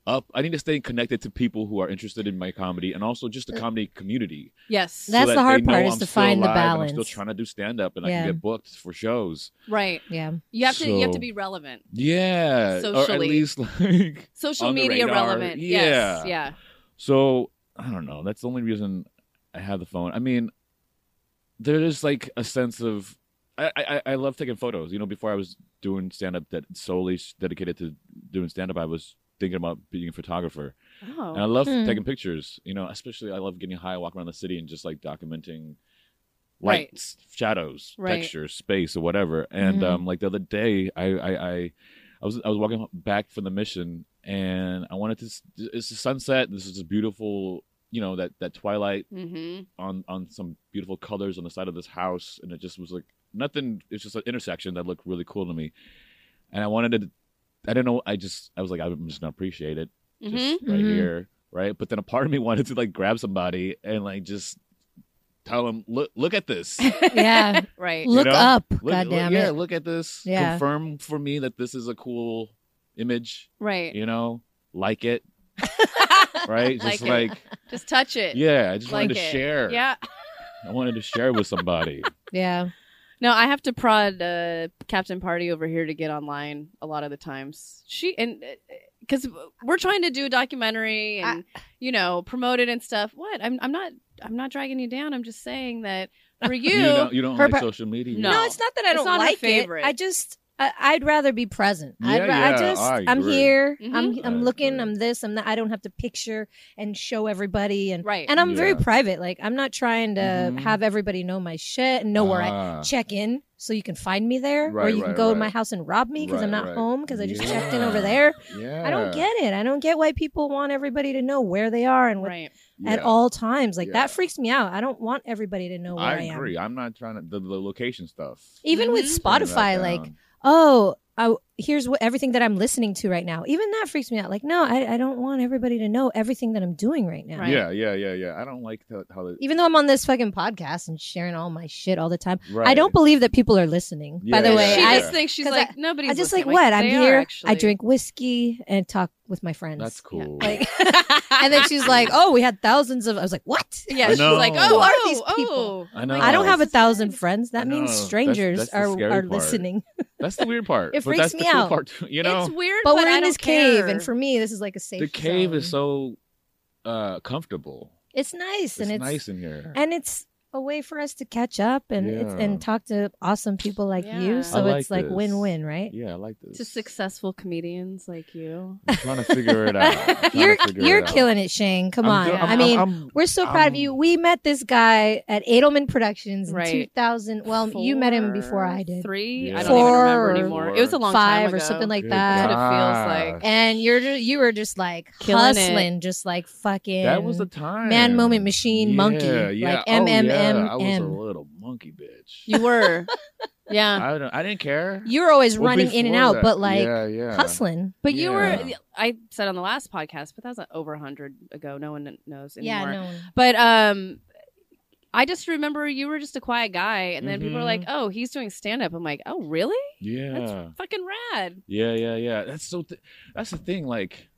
Speaker 4: up. I need to stay connected to people who are interested in my comedy and also just
Speaker 1: Uh,
Speaker 4: the comedy community.
Speaker 1: yes.
Speaker 3: That's
Speaker 4: that
Speaker 3: the hard
Speaker 4: they know
Speaker 3: part is
Speaker 4: I'm
Speaker 3: to
Speaker 4: still
Speaker 3: find the
Speaker 4: alive and I'm
Speaker 3: balance.
Speaker 4: still trying to do stand up and I
Speaker 3: Yeah.
Speaker 4: can get booked for shows.
Speaker 1: Right.
Speaker 3: Yeah.
Speaker 1: You have to you have to
Speaker 4: So-
Speaker 1: be relevant.
Speaker 4: Yeah, or at
Speaker 1: Socially.
Speaker 4: least like
Speaker 1: Social
Speaker 4: On the
Speaker 1: media
Speaker 4: radar,
Speaker 1: relevant. Yes.
Speaker 4: yeah.
Speaker 1: Yeah.
Speaker 4: So I don't know. That's the only reason I have the phone. I mean, there is like a sense of I I, I love taking photos. You know, before I was doing stand up that solely s- dedicated to doing stand up, I was thinking about being a photographer, and I
Speaker 1: Oh.
Speaker 4: love
Speaker 3: Hmm.
Speaker 4: taking pictures. You know, especially I love getting high, walking around the city, and just like documenting
Speaker 1: Right.
Speaker 4: lights, shadows,
Speaker 1: Right. Mm-hmm.
Speaker 4: texture, space, or whatever. And
Speaker 3: Mhm.
Speaker 4: um, like the other day, I, I I I was I was walking back from the mission, and I wanted to. s- It's the sunset. This is a beautiful, you know, that that twilight
Speaker 1: Mm-hmm.
Speaker 4: on on some beautiful colors on the side of this house, and it just was like nothing. It's just an intersection that looked really cool to me, and I wanted to. I don't know. I just I was like I'm just gonna appreciate it just
Speaker 1: Mm-hmm.
Speaker 4: right
Speaker 3: Mhm.
Speaker 4: here, right? But then a part of me wanted to like grab somebody and like just tell them, look, look at this. Look,
Speaker 3: Yeah.
Speaker 1: Right.
Speaker 3: Look
Speaker 4: know?
Speaker 3: up.
Speaker 4: look-
Speaker 3: goddamn
Speaker 4: yeah,
Speaker 3: it.
Speaker 4: look at this.
Speaker 3: Yeah.
Speaker 4: Confirm for me that this is a cool image.
Speaker 1: Right.
Speaker 4: You know, like it, right? Just
Speaker 1: Like it.
Speaker 4: like,
Speaker 1: Just touch it.
Speaker 4: yeah, I just wanted
Speaker 1: Like
Speaker 4: to
Speaker 1: it.
Speaker 4: share.
Speaker 1: Yeah.
Speaker 4: I wanted to share with somebody.
Speaker 3: Yeah.
Speaker 1: No, I have to prod uh, Captain Party over here to get online a lot of the times. She and because we're trying to do a documentary and you know promote it and stuff. What I'm I'm not I'm not dragging you down. I'm just saying that for you,
Speaker 4: you don't, you don't
Speaker 1: her
Speaker 4: like
Speaker 1: par-
Speaker 4: social media.
Speaker 1: No.
Speaker 3: No, it's not that I
Speaker 1: It's
Speaker 3: don't
Speaker 1: not her
Speaker 3: like
Speaker 1: favorite.
Speaker 3: it. I just I, I'd rather be present. I'd ra-
Speaker 4: Yeah, yeah,
Speaker 3: I just
Speaker 4: I
Speaker 3: am
Speaker 4: agree.
Speaker 3: here. I'm
Speaker 1: Mhm.
Speaker 4: I
Speaker 3: I'm looking.
Speaker 4: agree.
Speaker 3: I'm this. I'm that. I don't have to picture and show everybody and
Speaker 1: right?
Speaker 3: and I'm very
Speaker 4: Yeah.
Speaker 3: private. Like I'm not trying to
Speaker 4: Mhm.
Speaker 3: have everybody know my shit and know where I
Speaker 4: Ah,
Speaker 3: check in so you can find me there or
Speaker 4: Right,
Speaker 3: you can
Speaker 4: right,
Speaker 3: go to
Speaker 4: right.
Speaker 3: my house and rob me because I'm
Speaker 4: Right,
Speaker 3: not
Speaker 4: right.
Speaker 3: home because I just checked in over
Speaker 4: Yeah.
Speaker 3: there.
Speaker 4: Yeah.
Speaker 3: I don't get it. I don't get why people want everybody to know where they are and what
Speaker 1: right.
Speaker 3: at
Speaker 4: Yeah.
Speaker 3: all times. Like
Speaker 4: Yeah.
Speaker 3: that freaks me out. I don't want everybody to know where I,
Speaker 4: I
Speaker 3: am.
Speaker 4: agree. I'm not trying to the, the location stuff.
Speaker 3: Even with
Speaker 1: Mhm.
Speaker 4: Turn that
Speaker 3: Spotify, like
Speaker 4: down.
Speaker 3: oh, I, here's what everything that I'm listening to right now. Even that freaks me out. Like, no, I, I don't want everybody to know everything that I'm doing right now.
Speaker 1: Right.
Speaker 4: Yeah, yeah, yeah, yeah. I don't like the, how the,
Speaker 3: Even though I'm on this fucking podcast and sharing all my shit all the time,
Speaker 4: right.
Speaker 3: I don't believe that people are listening. By the
Speaker 4: Yeah.
Speaker 3: way,
Speaker 1: she
Speaker 3: I,
Speaker 1: just thinks she's
Speaker 3: 'cause
Speaker 1: like nobody's.
Speaker 3: I just like,
Speaker 1: listening.
Speaker 3: what I'm
Speaker 1: they are,
Speaker 3: here. I
Speaker 1: actually.
Speaker 3: drink whiskey and talk with my friends.
Speaker 4: That's cool.
Speaker 3: Like, and then she's like, "Oh, we had thousands of." I was like, "What?
Speaker 1: Yeah,
Speaker 4: I
Speaker 1: she's
Speaker 4: know.
Speaker 1: like,
Speaker 4: Who
Speaker 1: oh,
Speaker 3: are
Speaker 1: oh,
Speaker 3: these people?
Speaker 1: oh.
Speaker 4: I know.
Speaker 3: I don't have a
Speaker 1: This is
Speaker 3: thousand
Speaker 1: nice.
Speaker 3: friends. That
Speaker 4: I know.
Speaker 3: means
Speaker 4: That's-
Speaker 3: strangers
Speaker 4: that's the
Speaker 3: are
Speaker 4: scary
Speaker 3: are
Speaker 4: part.
Speaker 3: listening.
Speaker 4: That's the weird part.
Speaker 3: It
Speaker 4: but
Speaker 3: freaks
Speaker 4: that's
Speaker 3: me
Speaker 4: the cool
Speaker 3: out.
Speaker 4: part. You know,
Speaker 1: it's weird,
Speaker 3: But, we're
Speaker 1: I
Speaker 3: in this
Speaker 1: don't
Speaker 3: cave,
Speaker 1: care.
Speaker 3: and for me, this is like a safe.
Speaker 4: the cave
Speaker 3: zone.
Speaker 4: is so uh, comfortable.
Speaker 3: It's nice,
Speaker 4: It's,
Speaker 3: and it's
Speaker 4: nice in here.
Speaker 3: and it's a way for us to catch up and it's,
Speaker 4: Yeah.
Speaker 3: and talk to awesome people like
Speaker 1: Yeah. I
Speaker 3: you. So it's
Speaker 4: like
Speaker 3: like
Speaker 4: this.
Speaker 3: win-win, right?
Speaker 4: yeah, I like this.
Speaker 1: to successful comedians like you.
Speaker 4: I'm trying to figure it out. I'm trying to
Speaker 3: You're
Speaker 4: figure
Speaker 3: you're
Speaker 4: it out.
Speaker 3: killing it, Shane. Come
Speaker 4: I'm
Speaker 3: on.
Speaker 4: do- I'm-
Speaker 3: I mean,
Speaker 4: I'm- I'm-
Speaker 3: we're so proud of
Speaker 4: I'm-
Speaker 3: you. We met this guy at Edelman Productions in
Speaker 1: Right.
Speaker 3: 2000. Well, you met him before I did.
Speaker 1: Three, I
Speaker 4: Yeah.
Speaker 1: don't even remember
Speaker 3: Four.
Speaker 1: anymore. It was a long
Speaker 3: Five
Speaker 1: time
Speaker 3: or
Speaker 1: ago.
Speaker 3: something like
Speaker 4: Good
Speaker 1: That's
Speaker 3: that.
Speaker 1: what it feels
Speaker 4: gosh.
Speaker 1: like.
Speaker 3: And you're ju- you were just like
Speaker 1: Killing it.
Speaker 3: hustling, just like fucking
Speaker 4: That was the time.
Speaker 3: man moment machine
Speaker 4: yeah,
Speaker 3: monkey.
Speaker 4: Yeah.
Speaker 3: Like
Speaker 4: oh, yeah. I was
Speaker 3: MMMM.
Speaker 4: a little monkey bitch.
Speaker 1: You were, yeah.
Speaker 4: I, don't, I didn't care.
Speaker 3: You were always
Speaker 4: Well,
Speaker 3: running in and
Speaker 4: before
Speaker 3: out,
Speaker 4: that-
Speaker 3: but like
Speaker 4: yeah, yeah.
Speaker 3: hustling.
Speaker 1: But you were.
Speaker 4: Yeah.
Speaker 1: I said on the last podcast, but that was over a hundred ago. No one knows anymore.
Speaker 3: Yeah, no.
Speaker 1: But um, I just remember you were just a quiet guy, and then people were
Speaker 4: Mhm.
Speaker 1: like, "Oh, he's doing stand up." I'm like, "Oh, really?
Speaker 4: Yeah.
Speaker 1: That's fucking rad."
Speaker 4: Yeah, yeah, yeah. That's so. Th- that's the thing. Like,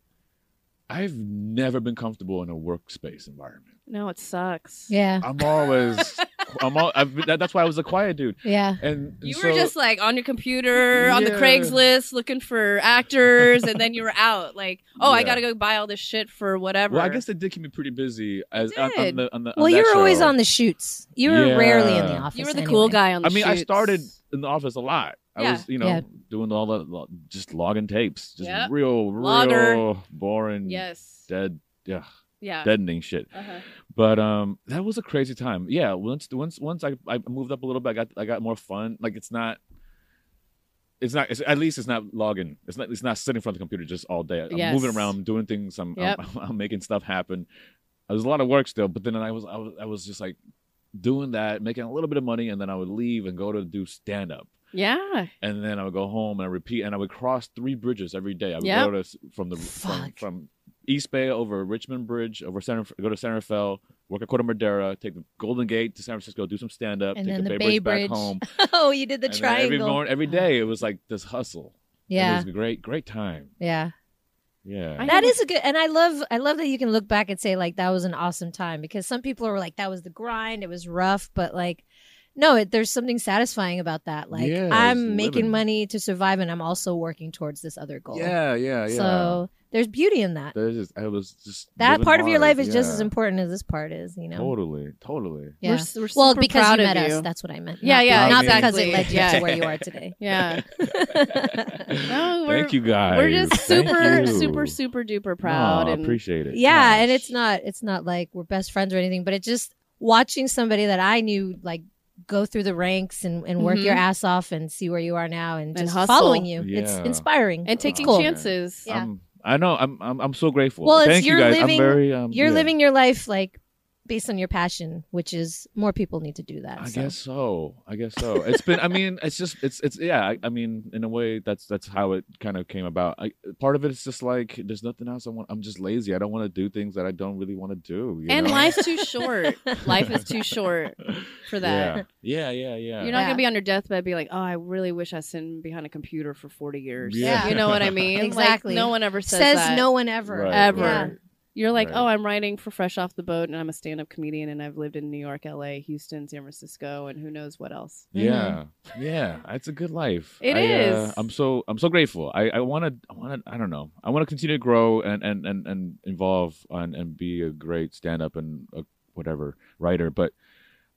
Speaker 4: I've never been comfortable in a workspace environment.
Speaker 1: No, it sucks.
Speaker 3: Yeah,
Speaker 4: I'm always. I'm all. I've been, that, that's why I was a quiet dude.
Speaker 3: yeah.
Speaker 4: And and
Speaker 1: You
Speaker 4: so,
Speaker 1: were just like on your computer, on the
Speaker 4: Yeah.
Speaker 1: Craigslist, looking for actors, and then you were out. Like, oh, I
Speaker 4: Yeah.
Speaker 1: gotta go buy all this shit for whatever.
Speaker 4: Well, I guess it did keep me pretty busy. As on, on
Speaker 1: did.
Speaker 4: the on the.
Speaker 3: Well,
Speaker 4: on that
Speaker 3: you were always
Speaker 4: show.
Speaker 3: on the shoots. You were rarely in the
Speaker 4: Yeah.
Speaker 3: office.
Speaker 1: you were the
Speaker 3: anyway.
Speaker 1: cool guy on the
Speaker 4: I mean, I
Speaker 1: shoots.
Speaker 4: started in the office a lot. I
Speaker 1: Yeah.
Speaker 4: was, you know,
Speaker 3: Yeah.
Speaker 4: doing all the lo- just logging tapes, just
Speaker 1: Yep.
Speaker 4: real, real
Speaker 1: Logger.
Speaker 4: boring,
Speaker 1: Yes.
Speaker 4: dead, yeah,
Speaker 1: Yeah.
Speaker 4: deadening shit.
Speaker 1: Uh-huh.
Speaker 4: But um, that was a crazy time. Yeah, once once once I, I moved up a little bit, I got I got more fun. Like it's not, it's not. It's, at least it's not logging. It's not. It's not sitting in front of the computer just all day. I'm
Speaker 1: Yes.
Speaker 4: moving around, I'm doing things. I'm,
Speaker 1: Yep.
Speaker 4: I'm I'm making stuff happen. There's a lot of work still, but then I was I was I was just like doing that, making a little bit of money, and then I would leave and go to do stand up.
Speaker 1: Yeah.
Speaker 4: and then I would go home and I repeat, and I would cross three bridges every day. I would
Speaker 1: Yep.
Speaker 4: go to s- from the from,
Speaker 3: Fuck.
Speaker 4: from East Bay over Richmond Bridge, over Center, go to Santa Fe, work at Corte Madera, take the Golden Gate to San Francisco, do some stand up,
Speaker 3: And
Speaker 4: take
Speaker 3: then
Speaker 4: the
Speaker 3: the
Speaker 4: Bay,
Speaker 3: Bay Bridge.
Speaker 4: Bridge back home.
Speaker 3: oh, you did the
Speaker 4: and then every
Speaker 3: triangle.
Speaker 4: morning, every day, it was like this hustle. And
Speaker 3: yeah,
Speaker 4: it was a great, great time.
Speaker 3: yeah.
Speaker 4: Yeah,
Speaker 1: I
Speaker 3: That
Speaker 1: know-
Speaker 3: is a good, and I love, I love that you can look back and say like that was an awesome time because some people are like that was the grind, it was rough, but like, no, it, there's something satisfying about that. Like
Speaker 4: Yeah, it's
Speaker 3: I'm making
Speaker 4: living.
Speaker 3: money to survive, and I'm also working towards this other goal.
Speaker 4: yeah, yeah, yeah.
Speaker 3: So there's beauty in that.
Speaker 4: that is, I was just
Speaker 3: That
Speaker 4: living
Speaker 3: part of your life
Speaker 4: hard,
Speaker 3: is just
Speaker 4: yeah.
Speaker 3: as important as this part is, you know.
Speaker 4: Totally, totally.
Speaker 3: Yeah.
Speaker 1: We're, s- we're
Speaker 3: well,
Speaker 1: super
Speaker 3: because
Speaker 1: proud
Speaker 3: you
Speaker 1: of
Speaker 3: met
Speaker 1: you.
Speaker 3: us, that's what I meant.
Speaker 1: Yeah,
Speaker 3: Not-
Speaker 1: yeah,
Speaker 3: Not because it
Speaker 1: exactly.
Speaker 3: led you
Speaker 1: Yeah.
Speaker 3: to where you are today.
Speaker 1: Yeah. No, we're,
Speaker 4: Thank you guys.
Speaker 1: We're just
Speaker 4: Thank
Speaker 1: super,
Speaker 4: you.
Speaker 1: super, super duper proud.
Speaker 4: No, I
Speaker 1: and
Speaker 4: appreciate it.
Speaker 3: yeah, and
Speaker 4: Gosh.
Speaker 3: it's not it's not like we're best friends or anything, but it's just watching somebody that I knew like go through the ranks and, and work
Speaker 1: Mhm.
Speaker 3: your ass off and see where you are now and
Speaker 1: And
Speaker 3: just
Speaker 1: hustle.
Speaker 3: following you. It's
Speaker 4: Yeah.
Speaker 3: inspiring.
Speaker 1: and
Speaker 3: It's
Speaker 1: taking
Speaker 3: cool.
Speaker 4: chance-
Speaker 1: chances.
Speaker 3: Yeah.
Speaker 4: I'm- I know. I'm, I'm. I'm so grateful.
Speaker 3: Well, it's-
Speaker 4: thank you
Speaker 3: you're
Speaker 4: guys.
Speaker 3: living-
Speaker 4: I'm very. Um,
Speaker 3: You're
Speaker 4: yeah.
Speaker 3: living your life like based on your passion, which is more people need to do that.
Speaker 4: I
Speaker 3: so.
Speaker 4: guess so. I guess so. It's been. I mean, it's just. It's. It's. Yeah. I, I mean, in a way, that's that's how it kind of came about. I, part of it is just like there's nothing else I want. I'm just lazy. I don't want to do things that I don't really want to do. you
Speaker 1: And
Speaker 4: know?
Speaker 1: life's too short. Life is too short for that.
Speaker 4: Yeah. Yeah. Yeah. Yeah.
Speaker 1: You're not
Speaker 3: Yeah.
Speaker 1: gonna be on your deathbed be like, oh, I really wish I sitting behind a computer for 40 years.
Speaker 4: Yeah.
Speaker 1: You know what I mean? Like,
Speaker 3: Exactly.
Speaker 1: no one ever says,
Speaker 3: says
Speaker 1: that.
Speaker 3: no one ever.
Speaker 4: Right,
Speaker 1: ever.
Speaker 3: Yeah.
Speaker 1: You're like,
Speaker 4: Right.
Speaker 1: oh, I'm writing for Fresh Off the Boat, and I'm a stand-up comedian, and I've lived in New York, L.A., Houston, San Francisco, and who knows what else.
Speaker 4: Yeah, yeah, it's a good life.
Speaker 1: Mm-hmm. It
Speaker 4: It is.
Speaker 1: is.
Speaker 4: I'm so I'm so grateful. I I want to I want to I don't know. I want to continue to grow and and and and involve and and be a great stand up and a whatever writer. But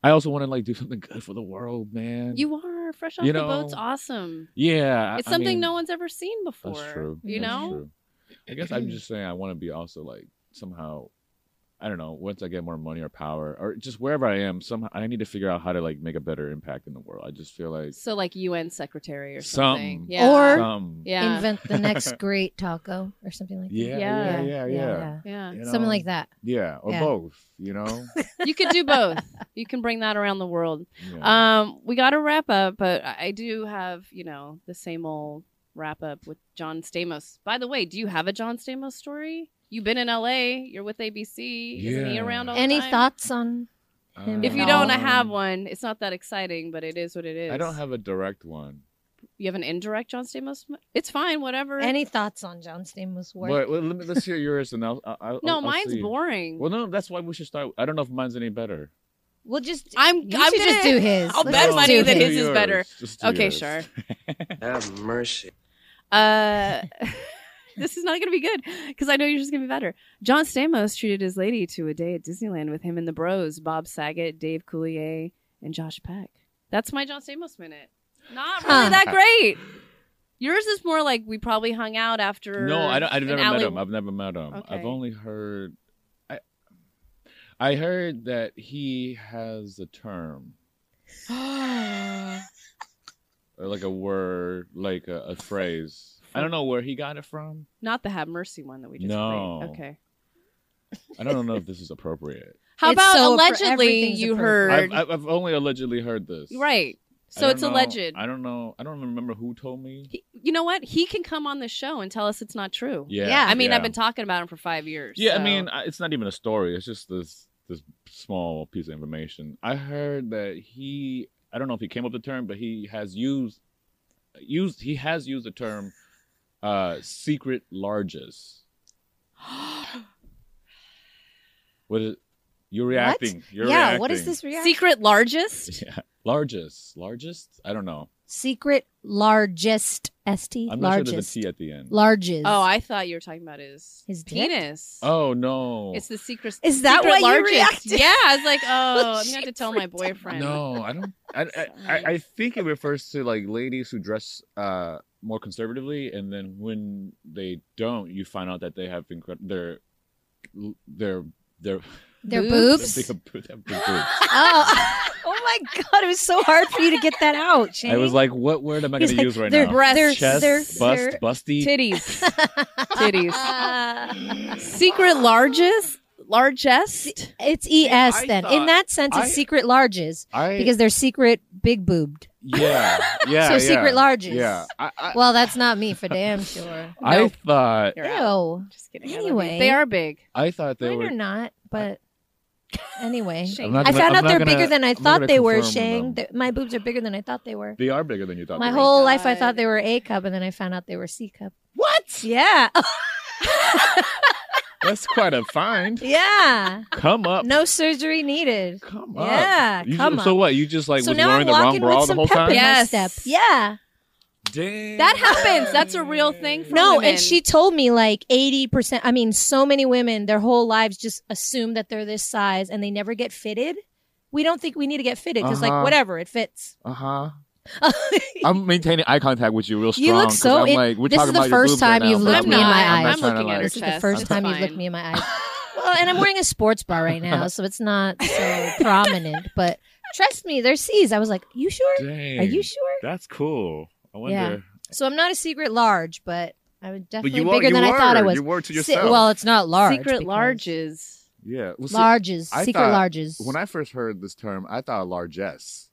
Speaker 4: I also want to like do something good for the world, man.
Speaker 1: You are Fresh Off
Speaker 4: You
Speaker 1: the
Speaker 4: know,
Speaker 1: Boat's awesome.
Speaker 4: yeah,
Speaker 1: It's
Speaker 4: I
Speaker 1: something
Speaker 4: mean,
Speaker 1: no one's ever seen before.
Speaker 4: That's true.
Speaker 1: You
Speaker 4: That's
Speaker 1: know?
Speaker 4: true. I guess I'm just saying I want to be also like somehow. I don't know. Once I get more money or power, or just wherever I am, somehow I need to figure out how to like make a better impact in the world. I just feel like
Speaker 1: So like UN secretary or something.
Speaker 4: Something.
Speaker 1: Yeah.
Speaker 3: Or-
Speaker 4: some.
Speaker 1: yeah.
Speaker 3: Invent the next great taco or something like
Speaker 4: Yeah,
Speaker 3: that.
Speaker 1: Yeah.
Speaker 4: yeah, yeah, yeah.
Speaker 1: yeah.
Speaker 4: You
Speaker 3: Something
Speaker 4: know?
Speaker 3: like that.
Speaker 4: Yeah, or
Speaker 3: Yeah.
Speaker 4: both, you know?
Speaker 1: You could do both. You can bring that around the world.
Speaker 4: Yeah.
Speaker 1: Um, we got to wrap up, but I I do have, you know, the same old wrap up with John Stamos. By the way, do you have a John Stamos story? You've been in LA. You're with ABC. Isn't he
Speaker 4: Yeah.
Speaker 1: around all the
Speaker 3: Any
Speaker 1: time?
Speaker 3: thoughts on
Speaker 4: Um,
Speaker 1: If you don't, I have one. It's not that exciting, but it is what it is.
Speaker 4: I don't have a direct one.
Speaker 1: You have an indirect John Stamos. It's fine. Whatever.
Speaker 3: any thoughts on John Stamos' work?
Speaker 4: But well, let me, let's hear yours and I'll. I'll, I'll
Speaker 1: no,
Speaker 4: I'll
Speaker 1: mine's
Speaker 4: see.
Speaker 1: boring.
Speaker 4: Well, no, that's why we should start. I don't know if mine's any better.
Speaker 3: We'll just
Speaker 1: I'm.
Speaker 3: You
Speaker 1: I'm
Speaker 3: should
Speaker 1: gonna
Speaker 3: just do his.
Speaker 1: I'll
Speaker 3: Let's
Speaker 1: bet
Speaker 3: just
Speaker 1: money
Speaker 3: do
Speaker 1: that
Speaker 3: his.
Speaker 1: his is better.
Speaker 4: Just do
Speaker 1: Okay,
Speaker 4: yours.
Speaker 1: sure.
Speaker 5: Have mercy.
Speaker 1: Uh, this is not going to be good because I know you're just going to be better. John Stamos treated his lady to a day at Disneyland with him and the bros, Bob Saget, Dave Coulier, and Josh Peck. That's my John Stamos minute. Not really
Speaker 3: Huh.
Speaker 1: that great. Yours is more like we probably hung out after.
Speaker 4: No, I don't, I've
Speaker 1: an
Speaker 4: never met
Speaker 1: alley-
Speaker 4: him. I've never met him.
Speaker 1: Okay.
Speaker 4: I've only heard. I, I heard that he has a term. or like a word, like a, a phrase. I don't know where he got it from.
Speaker 1: Not the Have Mercy one that we just
Speaker 4: No.
Speaker 1: played. Okay.
Speaker 4: I don't know if this is appropriate.
Speaker 1: How
Speaker 3: It's
Speaker 1: about
Speaker 3: so appro-
Speaker 1: allegedly
Speaker 3: everything's
Speaker 1: you
Speaker 4: I've,
Speaker 1: heard?
Speaker 4: I've I've only allegedly heard this.
Speaker 1: right.
Speaker 4: I
Speaker 1: So
Speaker 4: don't
Speaker 1: it's
Speaker 4: know-
Speaker 1: alleged.
Speaker 4: I don't know. I don't remember who told me.
Speaker 1: He- you know what? He can come on the show and tell us it's not true.
Speaker 4: Yeah.
Speaker 3: Yeah.
Speaker 1: I mean,
Speaker 4: yeah.
Speaker 1: I've been talking about him for five years.
Speaker 4: Yeah,
Speaker 1: so-
Speaker 4: I mean, I- it's not even a story. It's just this this small piece of information. I heard that he. I don't know if he came up with the term, but he has used used he has used the term uh secret larges. What is you're reacting? You're
Speaker 3: yeah,
Speaker 4: reacting.
Speaker 3: what is this reaction?
Speaker 1: secret largest.
Speaker 4: Yeah, largest, largest. I don't know.
Speaker 3: Secret largest st
Speaker 4: I'm not
Speaker 3: largest
Speaker 4: sure there's a T at the end.
Speaker 3: largest.
Speaker 1: Oh, I thought you were talking about his
Speaker 3: His dick?
Speaker 1: penis.
Speaker 4: oh no.
Speaker 1: It's the secret.
Speaker 3: Is that
Speaker 1: secret
Speaker 3: why you
Speaker 1: largest.
Speaker 3: reacted?
Speaker 1: Yeah, I was like, oh, I'm gonna have
Speaker 3: She
Speaker 1: to tell my
Speaker 3: freaked out.
Speaker 1: boyfriend.
Speaker 4: No, I don't. I, I, I, I think it refers to like ladies who dress uh, more conservatively, and then when they don't, you find out that they have incredible their their their
Speaker 3: their
Speaker 1: boobs.
Speaker 3: boobs.
Speaker 4: Big, big, big boobs.
Speaker 3: oh, oh my god! It was so hard for you to get that out. Shane.
Speaker 4: I was like, what word am I going
Speaker 3: He's
Speaker 4: to
Speaker 3: like,
Speaker 4: use right
Speaker 3: their
Speaker 4: now?
Speaker 1: breasts,
Speaker 3: their-
Speaker 4: Chest,
Speaker 3: their-
Speaker 4: bust,
Speaker 3: their-
Speaker 4: busty.
Speaker 1: titties, titties.
Speaker 3: Ah.
Speaker 1: Secret largest, largest.
Speaker 3: It's ES
Speaker 4: I
Speaker 3: then.
Speaker 4: thought-
Speaker 3: In that sense,
Speaker 4: I-
Speaker 3: it's secret larges
Speaker 4: I
Speaker 3: because they're secret big boobed.
Speaker 4: yeah yeah
Speaker 3: So
Speaker 4: yeah.
Speaker 3: secret larges.
Speaker 4: Yeah, I I,
Speaker 3: Well, that's not me for damn sure.
Speaker 4: I
Speaker 1: Nope.
Speaker 4: thought
Speaker 1: You're out.
Speaker 3: Ew.
Speaker 1: Just kidding. I love you.
Speaker 3: Anyway.
Speaker 1: they are big.
Speaker 4: I thought they
Speaker 3: Mine
Speaker 4: were.
Speaker 3: are not, but anyway.
Speaker 1: Shame.
Speaker 4: I'm not
Speaker 3: I
Speaker 4: gonna-
Speaker 3: found
Speaker 4: I'm
Speaker 3: out
Speaker 4: not
Speaker 3: they're
Speaker 4: gonna-
Speaker 3: bigger than I
Speaker 4: I'm not
Speaker 3: thought
Speaker 4: gonna
Speaker 3: they were,
Speaker 4: confirm
Speaker 3: Shang.
Speaker 4: them. Oh
Speaker 3: They- My boobs are bigger than I thought they were.
Speaker 4: They are bigger than you thought.
Speaker 3: My
Speaker 4: they
Speaker 1: my
Speaker 3: whole life I
Speaker 1: God.
Speaker 3: thought they were A cup, and then I found out they were C cup.
Speaker 4: What?
Speaker 3: Yeah. Oh,
Speaker 4: were. That's quite a find.
Speaker 3: yeah.
Speaker 4: Come up.
Speaker 3: No surgery needed.
Speaker 4: Come up.
Speaker 3: Yeah,
Speaker 4: You
Speaker 3: come
Speaker 4: ju- so
Speaker 3: up.
Speaker 4: what? You just like
Speaker 3: so
Speaker 4: was
Speaker 3: now I'm
Speaker 4: wearing the wrong
Speaker 3: walking
Speaker 4: bra
Speaker 3: with
Speaker 4: the
Speaker 3: some
Speaker 4: whole
Speaker 3: pep in
Speaker 4: time.
Speaker 3: my
Speaker 1: Yes.
Speaker 3: step. Yeah.
Speaker 4: Damn.
Speaker 1: That happens. That's a real thing. For
Speaker 3: No,
Speaker 1: women.
Speaker 3: and she told me like 80%. I mean, so many women, their whole lives just assume that they're this size and they never get fitted. We don't think we need to get fitted because,
Speaker 4: Uh-huh.
Speaker 3: like, whatever, it fits.
Speaker 4: Uh huh. I'm maintaining eye contact with you real strong.
Speaker 3: You look
Speaker 4: 'cause
Speaker 3: so
Speaker 4: I'm
Speaker 3: in-
Speaker 4: like, we're
Speaker 3: this
Speaker 4: talking
Speaker 3: is the
Speaker 4: about your
Speaker 3: first
Speaker 4: boobs right
Speaker 3: time
Speaker 4: now,
Speaker 3: you've
Speaker 4: but
Speaker 3: looked
Speaker 4: I'm
Speaker 3: me in
Speaker 4: not-
Speaker 3: my
Speaker 4: I'm
Speaker 3: eyes.
Speaker 4: not
Speaker 1: I'm
Speaker 4: trying to,
Speaker 1: looking at
Speaker 4: like-
Speaker 1: her
Speaker 3: this is the
Speaker 1: chest,
Speaker 3: first
Speaker 1: it's
Speaker 3: time you've
Speaker 1: fine.
Speaker 3: looked me in my eyes. well, and I'm wearing a sports bra right now, so it's not so prominent. But trust me, they're C's. I was like, you sure?
Speaker 4: Dang.
Speaker 3: Are you sure?
Speaker 4: That's cool. I wonder.
Speaker 3: So I'm not a secret large, but I'm
Speaker 4: But
Speaker 3: definitely
Speaker 4: you are.
Speaker 3: bigger
Speaker 4: You
Speaker 3: than
Speaker 4: were.
Speaker 3: I thought I was.
Speaker 4: You were to
Speaker 3: Si-
Speaker 4: yourself.
Speaker 3: well, it's not large.
Speaker 1: secret
Speaker 3: because-
Speaker 1: larges.
Speaker 4: yeah. Well, see,
Speaker 3: Larges.
Speaker 4: I
Speaker 3: secret
Speaker 4: thought-
Speaker 3: larges.
Speaker 4: When I first heard this term, I thought largesse,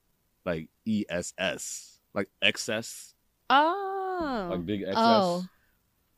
Speaker 4: like E S S, like excess,
Speaker 1: Oh,
Speaker 4: like big excess.
Speaker 3: Oh.